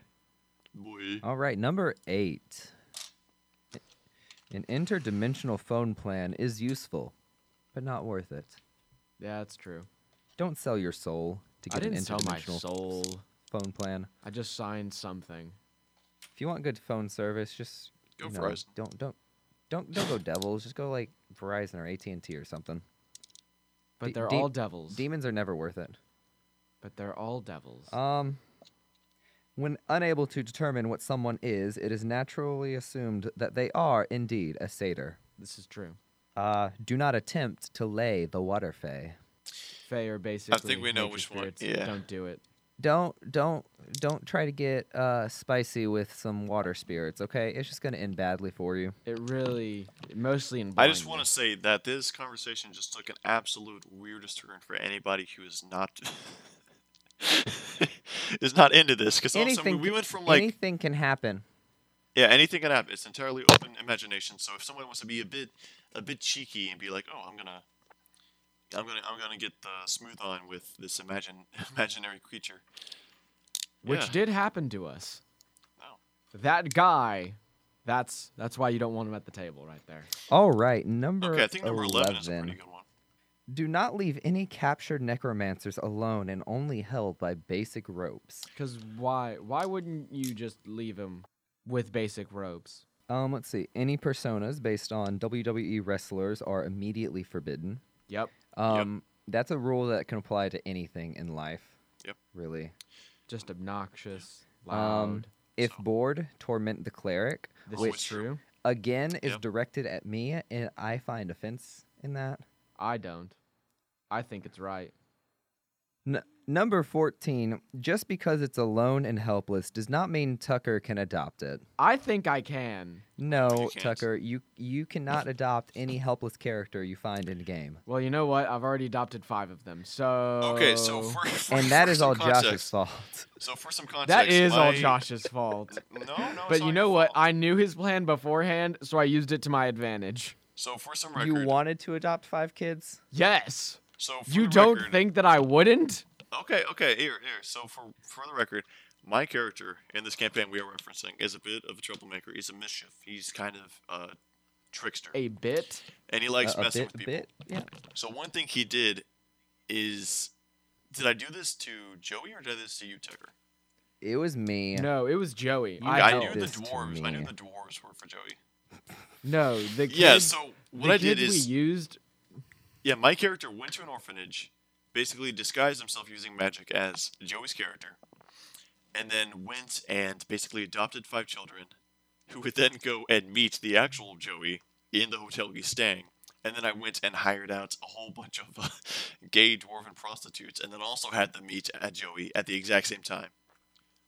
Speaker 3: Boy.
Speaker 1: All right, number eight. An interdimensional phone plan is useful, but not worth it.
Speaker 2: Yeah, that's true.
Speaker 1: Don't sell your soul to
Speaker 2: I
Speaker 1: get an
Speaker 2: didn't sell my
Speaker 1: interdimensional
Speaker 2: soul.
Speaker 1: phone plan.
Speaker 2: I just signed something.
Speaker 1: If you want good phone service, just
Speaker 3: Go
Speaker 1: you know,
Speaker 3: Verizon.
Speaker 1: Don't don't don't don't go Devils. Just go like Verizon or AT and T or something.
Speaker 2: But
Speaker 1: De-
Speaker 2: they're
Speaker 1: de-
Speaker 2: all devils.
Speaker 1: Demons are never worth it.
Speaker 2: but they're all devils.
Speaker 1: Um, when unable to determine what someone is, it is naturally assumed that they are indeed a satyr.
Speaker 2: this is true.
Speaker 1: Uh, do not attempt to lay the water fay.
Speaker 2: Fae are basically.
Speaker 3: we know
Speaker 2: nature
Speaker 3: which one.
Speaker 2: spirits.
Speaker 3: Yeah.
Speaker 2: Don't do it.
Speaker 1: Don't don't don't try to get uh spicy with some water spirits. Okay, it's just gonna end badly for you.
Speaker 2: It really, mostly in.
Speaker 3: I just want
Speaker 2: blindness.
Speaker 3: to say that this conversation just took an absolute weirdest turn for anybody who is not is not into this because we,
Speaker 1: Anything
Speaker 3: we
Speaker 1: ca-
Speaker 3: went from like
Speaker 1: anything can happen.
Speaker 3: yeah anything can happen. It's entirely open imagination. So if someone wants to be a bit a bit cheeky and be like, oh, I'm gonna I'm gonna I'm gonna get the smooth on with this imagine imaginary creature.
Speaker 2: which
Speaker 3: Yeah.
Speaker 2: did happen to us.
Speaker 3: No.
Speaker 2: That guy, that's that's why you don't want him at the table right there.
Speaker 1: All right, number
Speaker 3: Okay, I think number 11,
Speaker 1: 11
Speaker 3: is a pretty good one.
Speaker 1: Do not leave any captured necromancers alone and only held by basic ropes.
Speaker 2: Cause why why wouldn't you just leave him with basic robes?
Speaker 1: Um, let's see. Any personas based on WWE wrestlers are immediately forbidden.
Speaker 2: Yep.
Speaker 1: Um, that's a rule that can apply to anything in life.
Speaker 3: Yep.
Speaker 1: Really.
Speaker 2: Just obnoxious, loud.
Speaker 1: Um, if bored, torment the cleric,
Speaker 2: this
Speaker 1: which
Speaker 2: is true.
Speaker 1: again is
Speaker 3: Yep.
Speaker 1: directed at me, and I find offense in that.
Speaker 2: I don't. I think it's right.
Speaker 1: N- number fourteen. Just because it's alone and helpless does not mean Tucker can adopt it.
Speaker 2: I think I can.
Speaker 1: No,
Speaker 3: can't.
Speaker 1: Tucker, you you cannot adopt any helpless character you find in the game,
Speaker 2: Well, you know what? I've already adopted five of them. So
Speaker 3: Okay, so for, for
Speaker 1: Oh, and that
Speaker 3: for
Speaker 1: is
Speaker 3: some
Speaker 1: all Josh's
Speaker 3: context-
Speaker 1: fault.
Speaker 3: So for some context,
Speaker 2: that is all
Speaker 3: my-
Speaker 2: Josh's fault.
Speaker 3: No, no. it's
Speaker 2: but
Speaker 3: not
Speaker 2: you
Speaker 3: your
Speaker 2: know what?
Speaker 3: fault.
Speaker 2: I knew his plan beforehand, so I used it to my advantage.
Speaker 3: So for some record,
Speaker 1: You wanted to adopt five kids.
Speaker 2: Yes.
Speaker 3: So for
Speaker 2: You
Speaker 3: the
Speaker 2: don't
Speaker 3: record-
Speaker 2: think that I wouldn't?
Speaker 3: Okay, okay. Here, here. So for for the record, my character in this campaign we are referencing is a bit of a troublemaker. He's a mischief. He's kind of a trickster,
Speaker 2: A bit.
Speaker 3: and he likes
Speaker 1: Uh, a
Speaker 3: messing
Speaker 1: bit,
Speaker 3: with
Speaker 1: a
Speaker 3: people.
Speaker 1: bit. Yeah.
Speaker 3: So one thing he did is, did I do this to Joey or did I do this to you, Tucker?
Speaker 1: It was me.
Speaker 2: No, it was Joey.
Speaker 1: You
Speaker 2: I,
Speaker 1: got
Speaker 3: I
Speaker 1: did
Speaker 2: helped.
Speaker 3: knew the
Speaker 1: this to
Speaker 3: dwarves. I knew
Speaker 1: me.
Speaker 3: the dwarves were for Joey.
Speaker 2: No, the kid,
Speaker 3: yeah. So what
Speaker 2: the
Speaker 3: I did
Speaker 2: kid
Speaker 3: is,
Speaker 2: we used.
Speaker 3: yeah, my character went to an orphanage, basically disguised himself using magic as Joey's character, and then went and basically adopted five children, who would then go and meet the actual Joey in the hotel he's staying. And then I went and hired out a whole bunch of uh, gay dwarven prostitutes, and then also had them meet at Joey at the exact same time.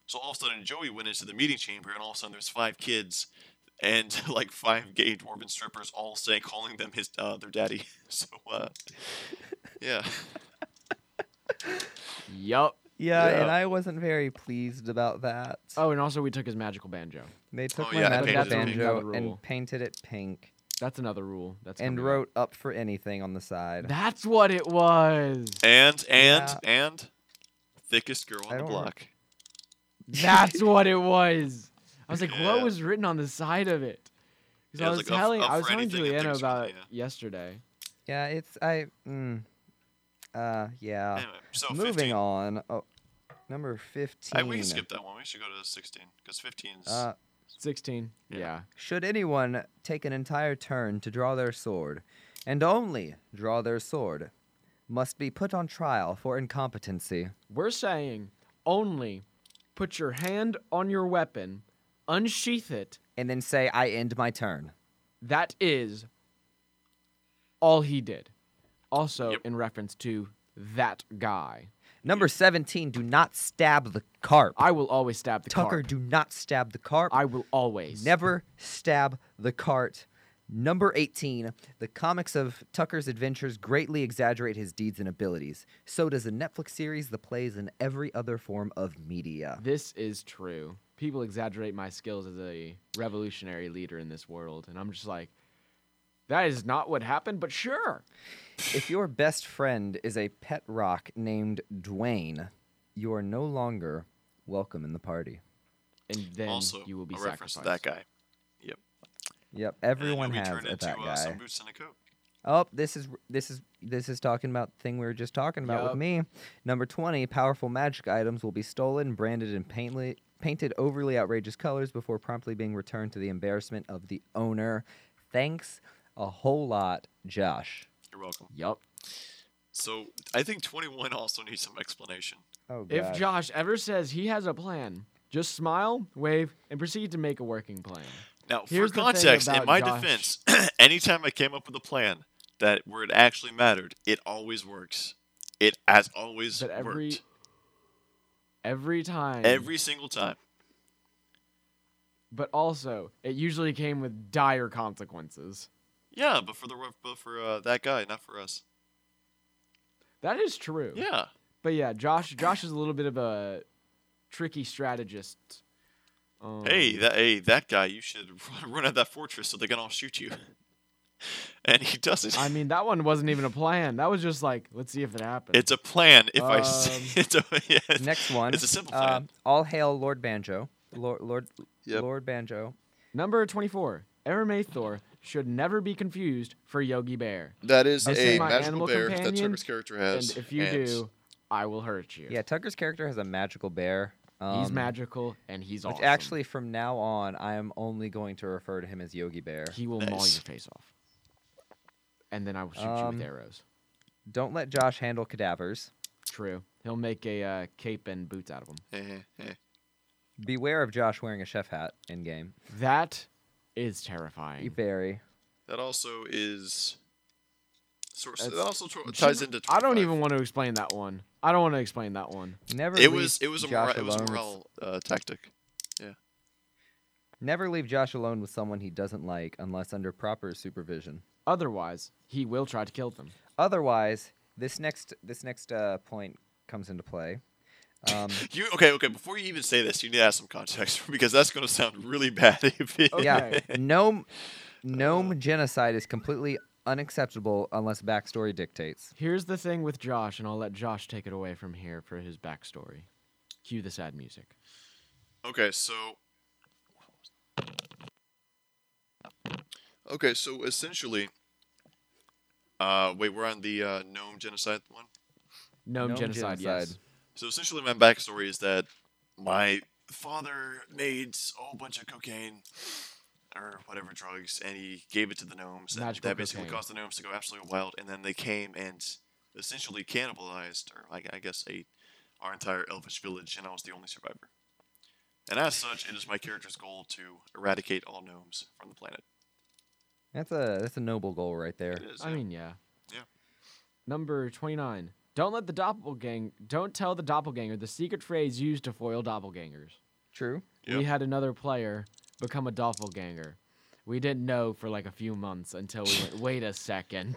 Speaker 3: So all of a sudden, Joey went into the meeting chamber, and all of a sudden, there's five kids and like five gay dwarven strippers all saying, calling them his uh, their daddy. So, uh, yeah.
Speaker 2: Yup.
Speaker 1: Yeah,
Speaker 3: Yeah.
Speaker 1: and I wasn't very pleased about that.
Speaker 2: Oh, and also we took his magical banjo.
Speaker 1: They took
Speaker 3: Oh,
Speaker 1: my
Speaker 3: yeah, I
Speaker 1: magic
Speaker 3: painted it pink.
Speaker 1: banjo
Speaker 2: Another rule.
Speaker 1: and painted it pink
Speaker 2: That's another rule. That's
Speaker 1: and
Speaker 2: coming up.
Speaker 1: wrote up for anything on the side.
Speaker 2: That's what it was.
Speaker 3: And and
Speaker 1: Yeah.
Speaker 3: and thickest girl
Speaker 1: I
Speaker 3: on the
Speaker 1: don't
Speaker 3: block.
Speaker 2: That's what it was. I was like, what
Speaker 3: Yeah.
Speaker 2: was written on the side of it? Because
Speaker 3: Yeah,
Speaker 2: I
Speaker 3: it was
Speaker 2: was,
Speaker 3: like, up-
Speaker 2: telling,
Speaker 3: up
Speaker 2: I was
Speaker 3: for
Speaker 2: telling
Speaker 3: anything, I think
Speaker 2: Juliana
Speaker 3: it's really,
Speaker 2: about it
Speaker 3: yeah.
Speaker 2: yesterday.
Speaker 1: Yeah, it's I. Mm, uh, yeah.
Speaker 3: Anyway, so
Speaker 1: Moving
Speaker 3: 15.
Speaker 1: on. Oh, number fifteen.
Speaker 3: I, we can skip that one. We should go to 16 because 15 is.
Speaker 1: Uh,
Speaker 2: Sixteen.
Speaker 3: Yeah.
Speaker 2: Yeah.
Speaker 1: Should anyone take an entire turn to draw their sword, and only draw their sword, must be put on trial for incompetency.
Speaker 2: We're saying only put your hand on your weapon, unsheath it.
Speaker 1: And then say, I end my turn.
Speaker 2: That is all he did. Also,
Speaker 3: Yep.
Speaker 2: in reference to that guy,
Speaker 1: Number 17, do not stab the carp.
Speaker 2: I will always stab the
Speaker 1: Tucker,
Speaker 2: carp.
Speaker 1: do not stab the carp.
Speaker 2: I will always.
Speaker 1: Never stab the cart. Number 18, the comics of Tucker's adventures greatly exaggerate his deeds and abilities. So does the Netflix series, the plays, and every other form of media.
Speaker 2: This is true. People exaggerate my skills as a revolutionary leader in this world, and I'm just like, that is not what happened, but sure.
Speaker 1: If your best friend is a pet rock named Dwayne, you are no longer welcome in the party.
Speaker 2: And then
Speaker 3: also,
Speaker 2: you will be
Speaker 3: a reference
Speaker 2: sacrificed.
Speaker 3: to that guy.
Speaker 1: Yep,
Speaker 3: And then
Speaker 1: everyone
Speaker 3: you'll be
Speaker 1: has
Speaker 3: turned
Speaker 1: a
Speaker 3: into
Speaker 1: that
Speaker 3: uh, some
Speaker 1: guy.
Speaker 3: boots and a coat.
Speaker 1: Oh, this is this is this is talking about the thing we were just talking about
Speaker 2: Yup.
Speaker 1: with me. Number twenty, powerful magic items will be stolen, branded, and paintly, painted overly outrageous colors before promptly being returned to the embarrassment of the owner. Thanks a whole lot, Josh.
Speaker 3: You're welcome.
Speaker 2: Yup.
Speaker 3: So I think 21 also needs some explanation.
Speaker 1: Oh god.
Speaker 2: If Josh ever says he has a plan, just smile, wave, and proceed to make a working plan.
Speaker 3: Now,
Speaker 2: Here's
Speaker 3: for
Speaker 2: the thing
Speaker 3: context, in
Speaker 2: about
Speaker 3: my
Speaker 2: Josh.
Speaker 3: defense, anytime I came up with a plan that where it actually mattered, it always works. It has always
Speaker 2: But every
Speaker 3: worked.
Speaker 2: every time
Speaker 3: Every single time.
Speaker 2: but also it usually came with dire consequences.
Speaker 3: Yeah, but for the but for uh, that guy, not for us.
Speaker 2: That is true.
Speaker 3: Yeah.
Speaker 2: But yeah, Josh Josh is a little bit of a tricky strategist. Um,
Speaker 3: Hey, that hey, that guy, you should run- run out of that fortress so they can all shoot you. and he doesn't.
Speaker 2: I mean that one wasn't even a plan. That was just like, let's see if it happens.
Speaker 3: it's a plan. If I, s-
Speaker 2: Um,
Speaker 3: it's a, yeah, it's-
Speaker 1: Next one.
Speaker 3: It's a simple
Speaker 1: uh,
Speaker 3: plan.
Speaker 1: all hail Lord Banjo. Lord Lord
Speaker 3: Yep.
Speaker 1: Lord Banjo.
Speaker 2: Number 24. Eremathor should never be confused for Yogi Bear.
Speaker 3: that is
Speaker 2: this is a my magical animal bear that companion, Tucker's
Speaker 3: character
Speaker 2: and if you do, I will hurt you.
Speaker 1: Yeah, Tucker's character has a magical bear. Um,
Speaker 2: he's magical and he's
Speaker 1: Which
Speaker 2: awesome.
Speaker 1: actually, from now on, I am only going to refer to him as Yogi Bear.
Speaker 2: He will maul
Speaker 3: Nice.
Speaker 2: your face off. And then I will shoot you
Speaker 1: Um,
Speaker 2: with arrows.
Speaker 1: Don't let Josh handle cadavers.
Speaker 2: True. He'll make a uh, cape and boots out of them.
Speaker 1: Beware of Josh wearing a chef hat in game.
Speaker 2: That is terrifying.
Speaker 1: Very.
Speaker 3: That also is. Source. That
Speaker 2: That's-
Speaker 3: also tro- ties
Speaker 2: Should-
Speaker 3: into.
Speaker 2: I don't
Speaker 3: 25.
Speaker 2: even want to explain that one. I don't want to explain that one.
Speaker 1: Never.
Speaker 3: It
Speaker 1: leave
Speaker 3: was. It was a.
Speaker 1: Josh
Speaker 3: Mora- it was a
Speaker 1: alone with-
Speaker 3: morale uh, tactic.
Speaker 1: Never leave Josh alone with someone he doesn't like unless under proper supervision.
Speaker 2: Otherwise, he will try to kill them.
Speaker 1: Otherwise, this next this next uh, point comes into play. Um,
Speaker 3: You okay? Okay. Before you even say this, you need to add some context because that's going to sound really bad. If it,
Speaker 2: Okay.
Speaker 1: Yeah, gnome gnome genocide is completely unacceptable unless backstory dictates.
Speaker 2: Here's the thing with Josh, and I'll let Josh take it away from here for his backstory. Cue the sad music.
Speaker 3: Okay, so. Okay, so essentially, uh, wait, we're on the uh, gnome genocide one.
Speaker 2: Gnome,
Speaker 1: Gnome
Speaker 2: genocide, yes.
Speaker 1: genocide.
Speaker 3: So essentially, my backstory is that my father made a whole bunch of cocaine or whatever drugs, and he gave it to the gnomes, and
Speaker 2: Magical
Speaker 3: that basically
Speaker 2: cocaine.
Speaker 3: caused the gnomes to go absolutely wild. And then they came and essentially cannibalized, or I, I guess, ate our entire elfish village, and I was the only survivor. And as such, it is my character's goal to eradicate all gnomes from the planet.
Speaker 1: That's a that's a noble goal right there.
Speaker 3: It is,
Speaker 2: I
Speaker 3: yeah.
Speaker 2: mean, yeah.
Speaker 3: Yeah.
Speaker 2: Number 29. Don't let the doppelganger, don't tell the doppelganger the secret phrase used to foil doppelgangers.
Speaker 1: True.
Speaker 2: We
Speaker 3: Yep.
Speaker 2: had another player become a doppelganger. We didn't know for like a few months until we went, wait a second.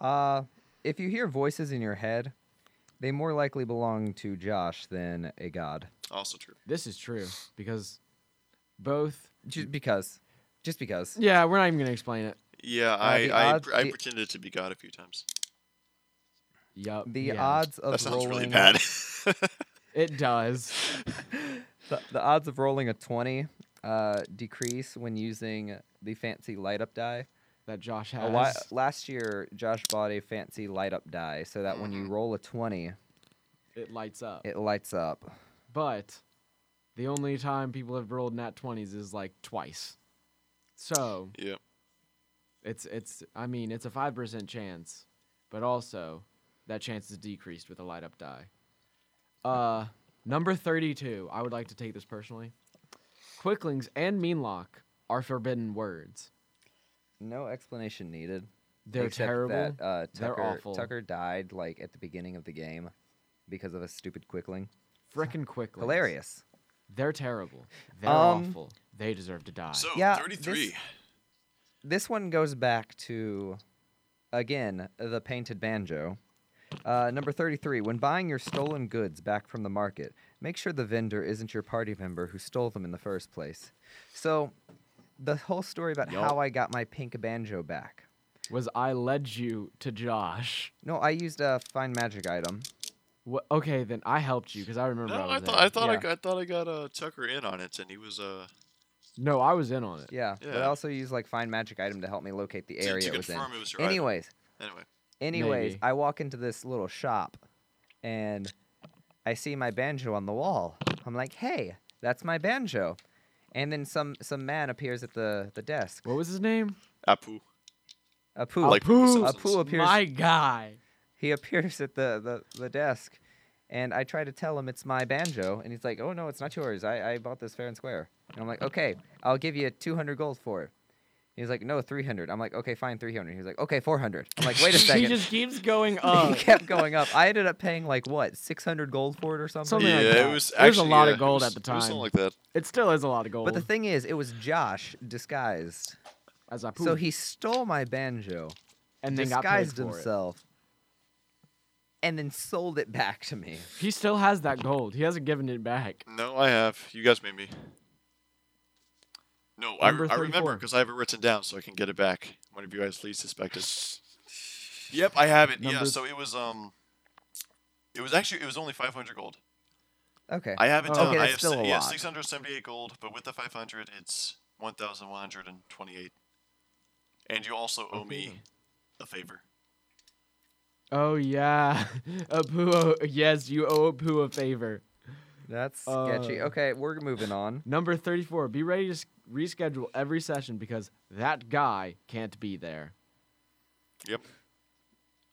Speaker 1: Uh, if you hear voices in your head, they more likely belong to Josh than a god.
Speaker 3: also true.
Speaker 2: This is true because both.
Speaker 1: Just because. Just because.
Speaker 2: Yeah, we're not even going to explain it.
Speaker 3: Yeah,
Speaker 1: uh, the
Speaker 3: I I,
Speaker 1: odds-
Speaker 3: pr- I
Speaker 1: the-
Speaker 3: pretended to be God a few times.
Speaker 2: Yup.
Speaker 1: The
Speaker 2: yeah.
Speaker 1: odds of
Speaker 3: That sounds
Speaker 1: rolling
Speaker 3: really bad.
Speaker 2: It does.
Speaker 1: The, the odds of rolling a 20 uh, decrease when using the fancy light up die.
Speaker 2: That Josh
Speaker 1: A
Speaker 2: has.
Speaker 1: whi- last year Josh bought a fancy light up die so that when you
Speaker 3: Mm-hmm.
Speaker 1: roll a 20,
Speaker 2: It lights up.
Speaker 1: it lights up.
Speaker 2: But the only time people have rolled nat 20s is like twice. So
Speaker 3: yeah.
Speaker 1: Uh,
Speaker 2: it's, it's, I mean, it's a 5% chance, but also that chance is decreased with a light up die. Uh, number 32. I would like to take this personally. Quicklings and meanlock are forbidden words.
Speaker 1: No explanation needed.
Speaker 2: They're
Speaker 1: Except
Speaker 2: terrible.
Speaker 1: That, uh,
Speaker 2: They're
Speaker 1: Tucker,
Speaker 2: awful.
Speaker 1: Tucker died like at the beginning of the game because of a stupid quickling.
Speaker 2: Frickin' quickly.
Speaker 1: Hilarious.
Speaker 2: They're terrible. They're
Speaker 1: Um,
Speaker 2: awful. They deserve to die.
Speaker 3: So
Speaker 1: Yeah,
Speaker 3: 33.
Speaker 1: this- This one goes back to, again, the painted banjo. Uh, number 33. When buying your stolen goods back from the market, make sure the vendor isn't your party member who stole them in the first place. So, the whole story about
Speaker 3: Yup.
Speaker 1: how I got my pink banjo back.
Speaker 2: Was I led you to Josh?
Speaker 1: No, I used a fine magic item.
Speaker 2: What? Okay, then I helped you because I remember.
Speaker 3: No,
Speaker 2: I,
Speaker 3: I
Speaker 2: was
Speaker 3: thought
Speaker 2: there.
Speaker 3: I thought I
Speaker 1: Yeah.
Speaker 3: got I thought I got uh, Tucker in on it, and he was uh
Speaker 2: No, I was in on it.
Speaker 1: Yeah, but I
Speaker 3: Yeah.
Speaker 1: also used like fine magic item to help me locate the
Speaker 3: to,
Speaker 1: area
Speaker 3: to
Speaker 1: it was in.
Speaker 3: confirm it was your item.
Speaker 1: Anyways,
Speaker 3: Anyway,
Speaker 1: Anyways,
Speaker 2: Maybe.
Speaker 1: I walk into this little shop and I see my banjo on the wall. I'm like, hey, that's my banjo. And then some, some man appears at the, the desk.
Speaker 2: What was his name?
Speaker 3: Apu.
Speaker 1: A poo.
Speaker 3: Like from The
Speaker 2: Apu.
Speaker 1: a
Speaker 3: Simpsons.
Speaker 1: poo appears.
Speaker 2: My guy.
Speaker 1: He appears at the, the, the desk. And I try to tell him it's my banjo. And he's like, oh, no, it's not yours. I, I bought this fair and square. And I'm like, okay, I'll give you 200 gold for it. He's like, no, 300. I'm like, okay, fine, 300. He's like, okay, 400. I'm like, wait a second.
Speaker 2: He just keeps going up.
Speaker 1: he kept going up. I ended up paying like what, six hundred gold for it or something.
Speaker 2: Something
Speaker 3: yeah,
Speaker 2: like
Speaker 3: it
Speaker 2: that.
Speaker 3: was
Speaker 2: It was a
Speaker 3: actually,
Speaker 2: lot
Speaker 3: yeah,
Speaker 2: of gold
Speaker 3: it
Speaker 2: at
Speaker 3: was-
Speaker 2: the
Speaker 3: It was
Speaker 2: time.
Speaker 3: something like that.
Speaker 2: It still is a lot of gold.
Speaker 1: But the thing is, it was Josh disguised.
Speaker 2: as I
Speaker 1: So he stole my banjo,
Speaker 2: and then got paid
Speaker 1: disguised
Speaker 2: for it.
Speaker 1: himself, and then sold it back to me.
Speaker 2: He still has that gold. He hasn't given it back.
Speaker 3: No, I have. You guys made me. No, I,
Speaker 2: Number
Speaker 3: re- I remember
Speaker 2: 34.
Speaker 3: because I have it written down, so I can get it back. One of you guys least suspect it. Yep, I have it. Yeah,
Speaker 2: Number-
Speaker 3: so it was um, it was actually it was only 500 gold.
Speaker 1: Okay.
Speaker 3: I have it
Speaker 2: Oh.
Speaker 3: down.
Speaker 1: Okay,
Speaker 3: I
Speaker 1: that's
Speaker 3: have
Speaker 1: still
Speaker 3: si-
Speaker 1: a
Speaker 3: yeah,
Speaker 1: lot.
Speaker 3: 678 gold, but with the 500, it's 1,128. And you also owe Oh, me a favor.
Speaker 2: Oh yeah, Apu. owe- Yes, you owe Apu a favor.
Speaker 1: That's
Speaker 2: Uh,
Speaker 1: sketchy. Okay, we're moving on.
Speaker 2: Number thirty-four. Be ready to s- reschedule every session because that guy can't be there.
Speaker 3: Yep.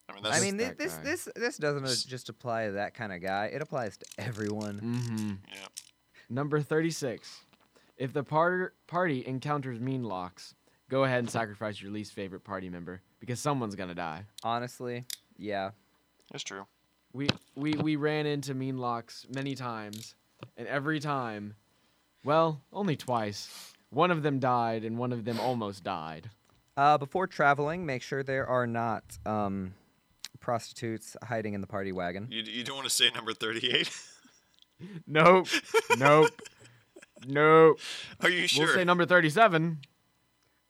Speaker 3: I mean, that's
Speaker 1: I mean, thi-
Speaker 2: that
Speaker 1: this
Speaker 2: guy.
Speaker 1: this this doesn't
Speaker 3: S-
Speaker 1: just apply to that kind of guy. It applies to everyone.
Speaker 2: Mm-hmm.
Speaker 3: yeah.
Speaker 2: Number thirty-six. If the par- party encounters mean locks, go ahead and sacrifice your least favorite party member because someone's gonna die.
Speaker 1: Honestly, yeah.
Speaker 3: That's true.
Speaker 2: We we we ran into mean locks many times, and every time, well, only twice. One of them died, and one of them almost died.
Speaker 1: Uh, before traveling, make sure there are not um, prostitutes hiding in the party wagon.
Speaker 3: You, you don't want to say number 38?
Speaker 2: Nope. Nope. nope.
Speaker 3: Are you sure?
Speaker 2: We'll say number 37.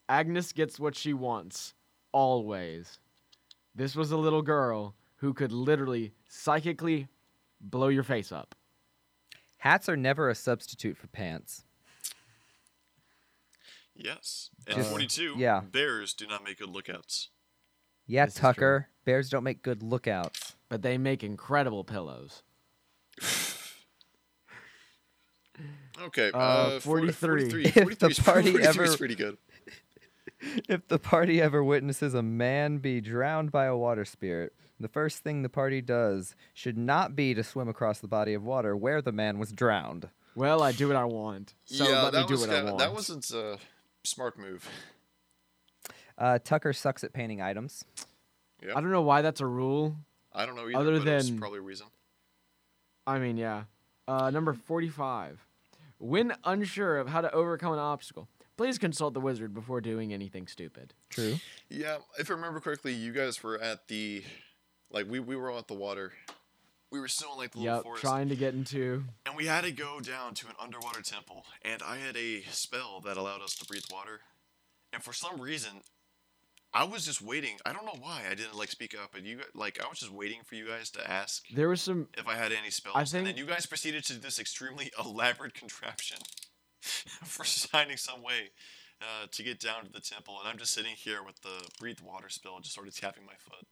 Speaker 2: Agnes gets what she wants. Always. This was a little girl who could literally psychically blow your face up.
Speaker 1: Hats are never a substitute for pants.
Speaker 3: Yes. And
Speaker 1: Just-
Speaker 3: 42,
Speaker 1: yeah.
Speaker 3: bears do not make good lookouts.
Speaker 1: Yeah,
Speaker 2: This is true.
Speaker 1: Tucker. Bears don't make good lookouts.
Speaker 2: But they make incredible pillows.
Speaker 3: Okay.
Speaker 2: Uh,
Speaker 3: Uh, 43.
Speaker 2: 43.
Speaker 3: 43.
Speaker 1: If the
Speaker 3: 43 's-
Speaker 1: party
Speaker 3: 43 's
Speaker 1: ever-
Speaker 3: pretty good.
Speaker 1: If the party ever witnesses a man be drowned by a water spirit, the first thing the party does should not be to swim across the body of water where the man was drowned.
Speaker 2: Well, I do what I want. So
Speaker 3: yeah,
Speaker 2: let
Speaker 3: that,
Speaker 2: me do
Speaker 3: was
Speaker 2: what I
Speaker 3: kinda-
Speaker 2: want.
Speaker 3: that wasn't a smart move.
Speaker 1: Uh, Tucker sucks at painting items.
Speaker 2: I don't know why that's a rule.
Speaker 3: I don't know either,
Speaker 2: Other
Speaker 3: but it's
Speaker 2: than-
Speaker 3: probably a reason.
Speaker 2: I mean, yeah. Uh, number 45. When unsure of how to overcome an obstacle, please consult the wizard before doing anything stupid.
Speaker 1: True.
Speaker 3: Yeah, if I remember correctly, you guys were at the, like we, we were at the water. We were still in like the little
Speaker 2: Yep,
Speaker 3: forest,
Speaker 2: trying to get into.
Speaker 3: and we had to go down to an underwater temple. And I had a spell that allowed us to breathe water, and for some reason, I was just waiting. I don't know why I didn't like speak up, and you gu- like I was just waiting for you guys to ask
Speaker 2: There was some.
Speaker 3: if I had any spells. And then
Speaker 2: think-
Speaker 3: you guys proceeded to this extremely elaborate contraption for finding some way uh, to get down to the temple. And I'm just sitting here with the breathe water spell, just sort of tapping my foot.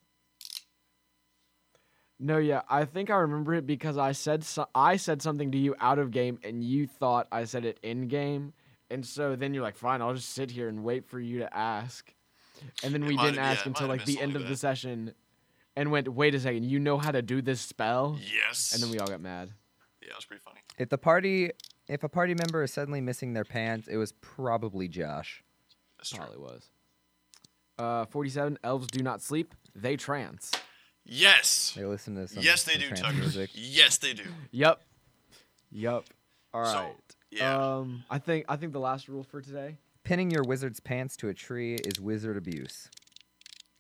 Speaker 2: No, yeah, I think I remember it because I said so- I said something to you out of game, and you thought I said it in game, and so then you're like, "Fine, I'll just sit here and wait for you to ask," and then
Speaker 3: It
Speaker 2: we
Speaker 3: might
Speaker 2: didn't
Speaker 3: have- yeah,
Speaker 2: ask
Speaker 3: it
Speaker 2: until
Speaker 3: might have
Speaker 2: like
Speaker 3: been
Speaker 2: the end
Speaker 3: something
Speaker 2: of
Speaker 3: like
Speaker 2: the
Speaker 3: that.
Speaker 2: session, and went, "Wait a second, you know how to do this spell?"
Speaker 3: Yes.
Speaker 2: And then we all got mad.
Speaker 3: Yeah, it was pretty funny.
Speaker 1: If the party, if a party member is suddenly missing their pants, it was probably Josh.
Speaker 3: That's true.
Speaker 2: Probably was. uh, 47, elves do not sleep, they trance.
Speaker 3: Yes.
Speaker 1: They listen to some,
Speaker 3: Yes, they
Speaker 1: some
Speaker 3: do,
Speaker 1: trance
Speaker 3: Tucker.
Speaker 1: music.
Speaker 3: Yes, they do.
Speaker 2: Yup. Yup. All right.
Speaker 3: So, yeah.
Speaker 2: Um, I think I think the last rule for today.
Speaker 1: Pinning your wizard's pants to a tree is wizard abuse.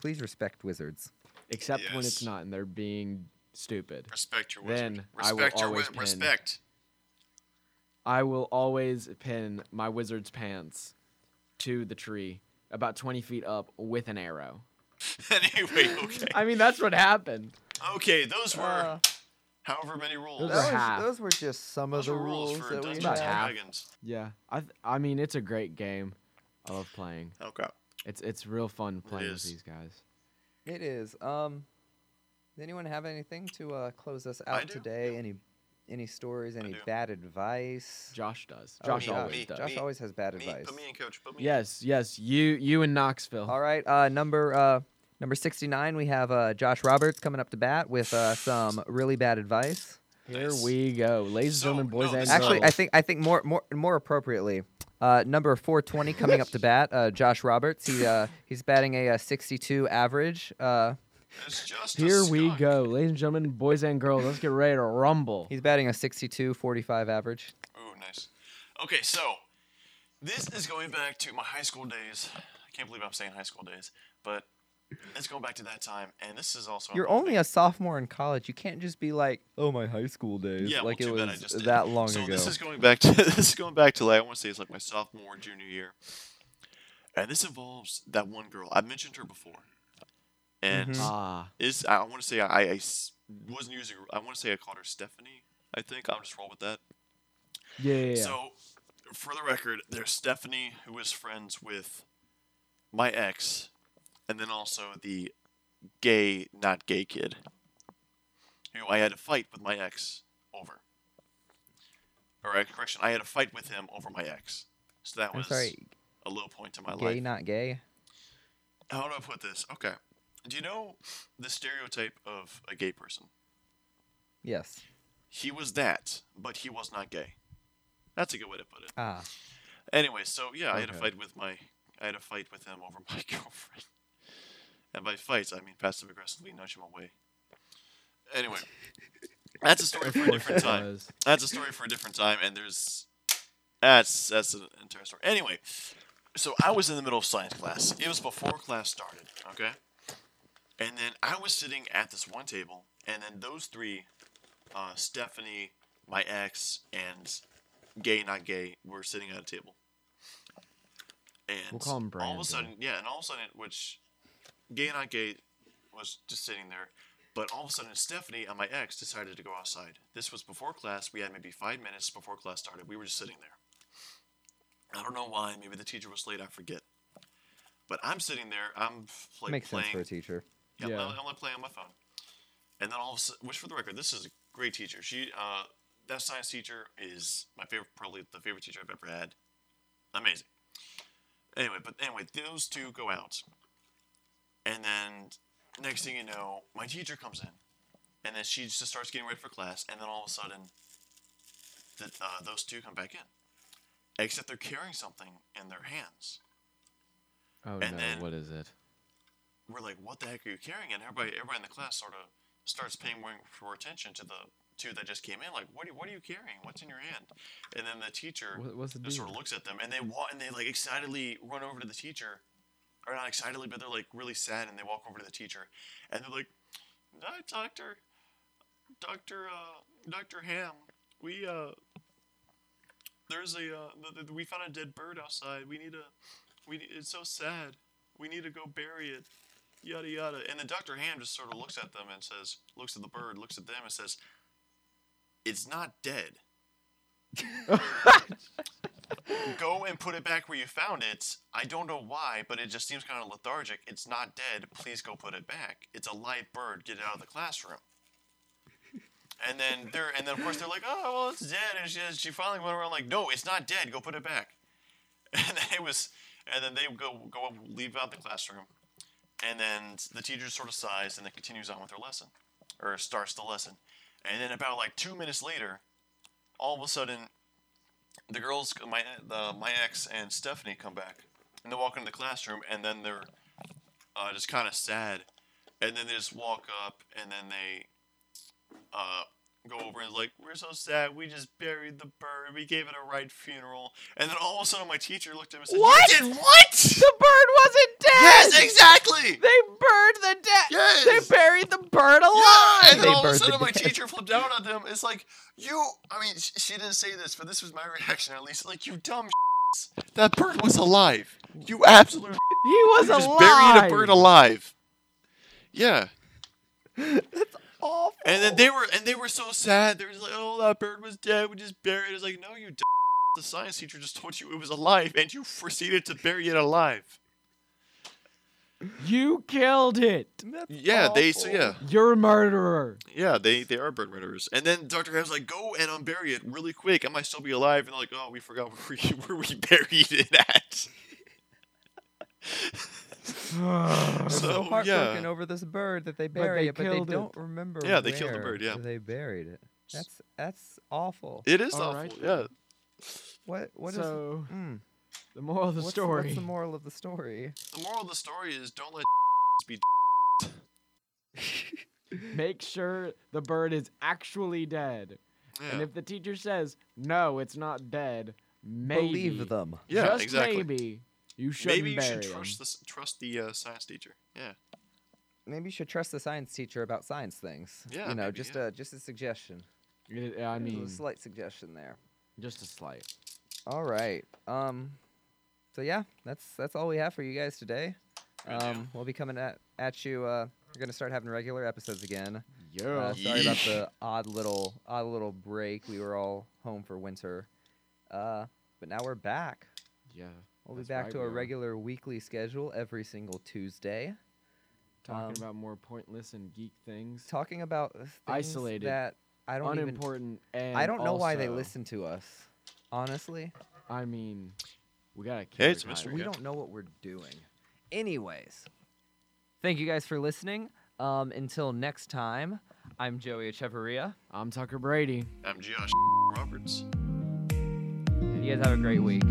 Speaker 1: Please respect wizards.
Speaker 2: except when it's
Speaker 3: Yes.
Speaker 2: not and they're being stupid.
Speaker 3: respect your wizard.
Speaker 2: then I will
Speaker 3: respect your
Speaker 2: always
Speaker 3: wi-
Speaker 2: pin.
Speaker 3: respect.
Speaker 2: I will always pin my wizard's pants to the tree about 20 feet up with an arrow.
Speaker 3: anyway, okay.
Speaker 2: I mean, that's what happened.
Speaker 3: Okay, those were
Speaker 2: Uh,
Speaker 3: however many rules.
Speaker 2: Those are half.
Speaker 4: those were just some of
Speaker 3: Those
Speaker 4: the
Speaker 3: were rules
Speaker 4: rules
Speaker 3: for
Speaker 4: that we
Speaker 3: Dungeons
Speaker 2: About
Speaker 3: and
Speaker 4: had.
Speaker 2: half.
Speaker 3: Dragons.
Speaker 2: Yeah. I th- I mean, it's a great game. I love playing.
Speaker 3: Oh crap.
Speaker 2: It's it's real fun playing with
Speaker 3: is.
Speaker 2: these guys.
Speaker 4: It is. Um, does anyone have anything to uh, close us
Speaker 3: I
Speaker 4: out
Speaker 3: do,
Speaker 4: today? Any any stories? Any
Speaker 3: do.
Speaker 4: bad advice?
Speaker 2: Josh does.
Speaker 4: Oh,
Speaker 2: Josh
Speaker 3: me,
Speaker 2: always
Speaker 3: me,
Speaker 2: does.
Speaker 4: Josh
Speaker 3: me,
Speaker 4: always has bad
Speaker 3: Me,
Speaker 4: advice.
Speaker 3: put me in, coach. Put me
Speaker 2: Yes, yes. You you and Knoxville.
Speaker 4: All right, uh, number uh, number sixty nine. We have uh, Josh Roberts coming up to bat with uh, some really bad advice.
Speaker 2: Here
Speaker 3: Nice.
Speaker 2: we go, ladies
Speaker 3: So,
Speaker 2: and gentlemen, boys
Speaker 3: no,
Speaker 2: and
Speaker 3: this is-
Speaker 4: Actually,
Speaker 2: girls.
Speaker 4: I think I think more more more appropriately, uh, number four twenty coming up to bat. Uh, Josh Roberts. He uh, he's batting a, uh sixty two average. Uh,
Speaker 3: in. It's just a
Speaker 2: Here we
Speaker 3: skunk.
Speaker 2: go, ladies and gentlemen, boys and girls. Let's get ready to rumble.
Speaker 4: he's batting a 62 45 average.
Speaker 3: Ooh, nice. Okay, so this is going back to my high school days. I can't believe I'm saying high school days, but it's going back to that time. And this is also
Speaker 4: You're
Speaker 3: involving-
Speaker 4: only a sophomore in college. You can't just be like,
Speaker 1: Oh, my high school days.
Speaker 3: yeah, well,
Speaker 4: like it
Speaker 3: too bad I
Speaker 4: was
Speaker 3: just did.
Speaker 4: that long
Speaker 3: so
Speaker 4: ago.
Speaker 3: this is going back to this is going back to like I want to say it's like my sophomore junior year, and this involves that one girl I mentioned her before, and
Speaker 4: Mhm.
Speaker 2: Ah,
Speaker 3: is I want to say I, I s- wasn't using I want to say I called her Stephanie. I think I'll just roll with that.
Speaker 2: yeah, yeah, yeah.
Speaker 3: So, for the record, there's Stephanie who is friends with my ex, and then also the gay, not gay kid who I had a fight with my ex over. All right, correction. I had a fight with him over my ex. So that
Speaker 4: I'm
Speaker 3: was
Speaker 4: sorry,
Speaker 3: a low point in my
Speaker 4: gay,
Speaker 3: life.
Speaker 4: not gay.
Speaker 3: How do I put this? Okay. Do you know the stereotype of a gay person?
Speaker 4: Yes.
Speaker 3: He was that, but he was not gay. That's a good way to put it.
Speaker 4: Ah.
Speaker 3: Anyway, so yeah, I had a
Speaker 1: Okay.
Speaker 3: fight with my I had a fight with him over my girlfriend. And by fights, I mean passive aggressively nudge him away. Anyway, that's a story for a different time.
Speaker 2: was.
Speaker 3: That's a story for a different time, and there's that's that's an entire story. Anyway, so I was in the middle of science class. It was before class started, okay? And then I was sitting at this one table, and then those three, uh, Stephanie, my ex, and gay not gay, were sitting at a table. And
Speaker 2: We'll call him
Speaker 3: All of
Speaker 2: Brandon.
Speaker 3: a sudden, yeah, and all of a sudden, which gay not gay was just sitting there. But all of a sudden, Stephanie and my ex decided to go outside. This was before class. We had maybe five minutes before class started. We were just sitting there. I don't know why. Maybe the teacher was late. I forget. But I'm sitting there. I'm like
Speaker 1: Makes
Speaker 3: playing.
Speaker 1: sense for a teacher.
Speaker 3: Yeah,
Speaker 2: Yeah.
Speaker 3: I'm, I'm only playing on my phone. And then all of a sudden, which for the record, this is a great teacher. She, uh, that science teacher is my favorite, probably the favorite teacher I've ever had. Amazing. Anyway, but anyway, those two go out. And then next thing you know, my teacher comes in. And then she just starts getting ready for class. And then all of a sudden, the, uh, those two come back in. Except they're carrying something in their hands.
Speaker 2: Oh
Speaker 3: And
Speaker 2: no,
Speaker 3: then-
Speaker 2: what is it?
Speaker 3: we're like, "What the heck are you carrying?" And everybody, everybody in the class sort of starts paying more more attention to the two that just came in. Like, "What are, what are you carrying? What's in your hand?" And then the teacher
Speaker 2: What, what's the
Speaker 3: just sort
Speaker 2: deal?
Speaker 3: of looks at them, and they wa- and they like excitedly run over to the teacher, or not excitedly, but they're like really sad, and they walk over to the teacher, and they're like, "No, doctor, doctor, uh, doctor Ham, we uh." There's a uh, th- th- we found a dead bird outside. We need a we need, it's so sad. We need to go bury it. Yada yada. And then Dr. Ham just sort of looks at them and says, looks at the bird, looks at them and says, It's not dead. go and put it back where you found it. I don't know why, but it just seems kind of lethargic. It's not dead. Please go put it back. It's a live bird. Get it out of the classroom. And then they're and then of course they're like, oh well, it's dead. And she, she finally went around like, no, it's not dead. Go put it back. And then it was, and then they go go leave out the classroom, and then the teacher sort of sighs and then continues on with her lesson, or starts the lesson, and then about like two minutes later, all of a sudden, the girls, my the, my ex and Stephanie come back, and they walk into the classroom, and then they're uh, just kind of sad. And then they just walk up, and then they uh, go over and like, "We're so sad. We just buried the bird. We gave it a right funeral." And then all of a sudden, my teacher looked at me and said,
Speaker 2: What?
Speaker 3: "You did what?"
Speaker 2: The bird wasn't dead.
Speaker 3: yes, exactly.
Speaker 2: They burned the dead.
Speaker 3: Yes.
Speaker 2: They buried the bird alive.
Speaker 3: Yeah, and then
Speaker 1: They
Speaker 3: all of a
Speaker 1: birthed
Speaker 3: sudden
Speaker 1: the
Speaker 3: my
Speaker 1: dead.
Speaker 3: teacher flipped out on them. It's like, you, I mean, sh- she didn't say this, but this was my reaction at least. Like, you dumb s***s. That bird was alive. You absolute
Speaker 2: He was
Speaker 3: You just
Speaker 2: alive.
Speaker 3: buried a bird alive. Yeah.
Speaker 1: Awful.
Speaker 3: And then they were, and they were so sad. They were just like, oh, that bird was dead. We just buried it. It's like, no, you dumb s***. The science teacher just told you it was alive, and you proceeded to bury it alive.
Speaker 2: You killed it.
Speaker 1: That's
Speaker 3: Yeah, they, so
Speaker 1: awful.
Speaker 3: yeah.
Speaker 2: You're a murderer.
Speaker 3: Yeah, they, they are bird murderers. And then Dr. Ham's like, go and unbury it really quick. I might still be alive. And they're like, oh, we forgot where we, where we buried it at.
Speaker 1: They're so,
Speaker 3: So,
Speaker 1: heartbroken
Speaker 3: yeah.
Speaker 1: over this bird that they
Speaker 2: But they
Speaker 1: bury it, but they
Speaker 2: killed it.
Speaker 1: don't remember.
Speaker 3: Yeah, they killed the
Speaker 1: where
Speaker 3: bird, yeah.
Speaker 1: they buried it. That's that's awful.
Speaker 3: It is
Speaker 2: All
Speaker 3: awful.
Speaker 2: right,
Speaker 3: yeah.
Speaker 1: What what is?
Speaker 2: so
Speaker 1: mm,
Speaker 2: the moral of the
Speaker 1: what's,
Speaker 2: story.
Speaker 1: What's the moral of the story?
Speaker 3: The moral of the story is don't let be.
Speaker 2: Make sure the bird is actually dead. And
Speaker 3: Yeah.
Speaker 2: if the teacher says no, it's not dead, maybe
Speaker 1: Believe them.
Speaker 3: Yeah,
Speaker 2: just
Speaker 3: exactly.
Speaker 2: maybe you shouldn't
Speaker 3: Maybe you
Speaker 2: bury
Speaker 3: should
Speaker 2: them.
Speaker 3: trust the, s- trust the uh, science teacher. Yeah.
Speaker 1: Maybe you should trust the science teacher about science things.
Speaker 3: Yeah,
Speaker 1: you know,
Speaker 3: maybe,
Speaker 1: just
Speaker 3: yeah.
Speaker 1: a just a suggestion.
Speaker 2: It- I
Speaker 1: There's
Speaker 2: mean,
Speaker 1: a slight suggestion there.
Speaker 2: just a slight.
Speaker 3: Uh,
Speaker 1: All right. Um. So yeah, that's that's all we have for you guys today.
Speaker 3: Good deal.
Speaker 1: Um, we'll be coming at at you. Uh, we're gonna start having regular episodes again.
Speaker 2: Yeah.
Speaker 1: Uh, sorry about
Speaker 3: Yeesh.
Speaker 1: the odd little odd little break. We were all home for winter, uh, but now we're back.
Speaker 2: yeah.
Speaker 1: We'll
Speaker 2: That's
Speaker 1: be back
Speaker 2: right,
Speaker 1: to
Speaker 2: we
Speaker 1: our
Speaker 2: are.
Speaker 1: regular weekly schedule every single Tuesday,
Speaker 2: Talking
Speaker 1: um,
Speaker 2: about more pointless and geek things.
Speaker 1: talking about uh, things
Speaker 2: Isolated.
Speaker 1: that I don't even.
Speaker 2: Unimportant and
Speaker 1: I don't know why they
Speaker 2: also,
Speaker 1: listen to us. Honestly,
Speaker 2: I mean, we gotta keep
Speaker 3: it's a
Speaker 2: it
Speaker 3: mystery.
Speaker 2: high.
Speaker 1: we
Speaker 3: go.
Speaker 1: don't know what we're doing. Anyways, thank you guys for listening. Um, until next time, I'm Joey Echeverria.
Speaker 2: I'm Tucker Brady.
Speaker 3: I'm Josh Roberts.
Speaker 1: You guys have a great week.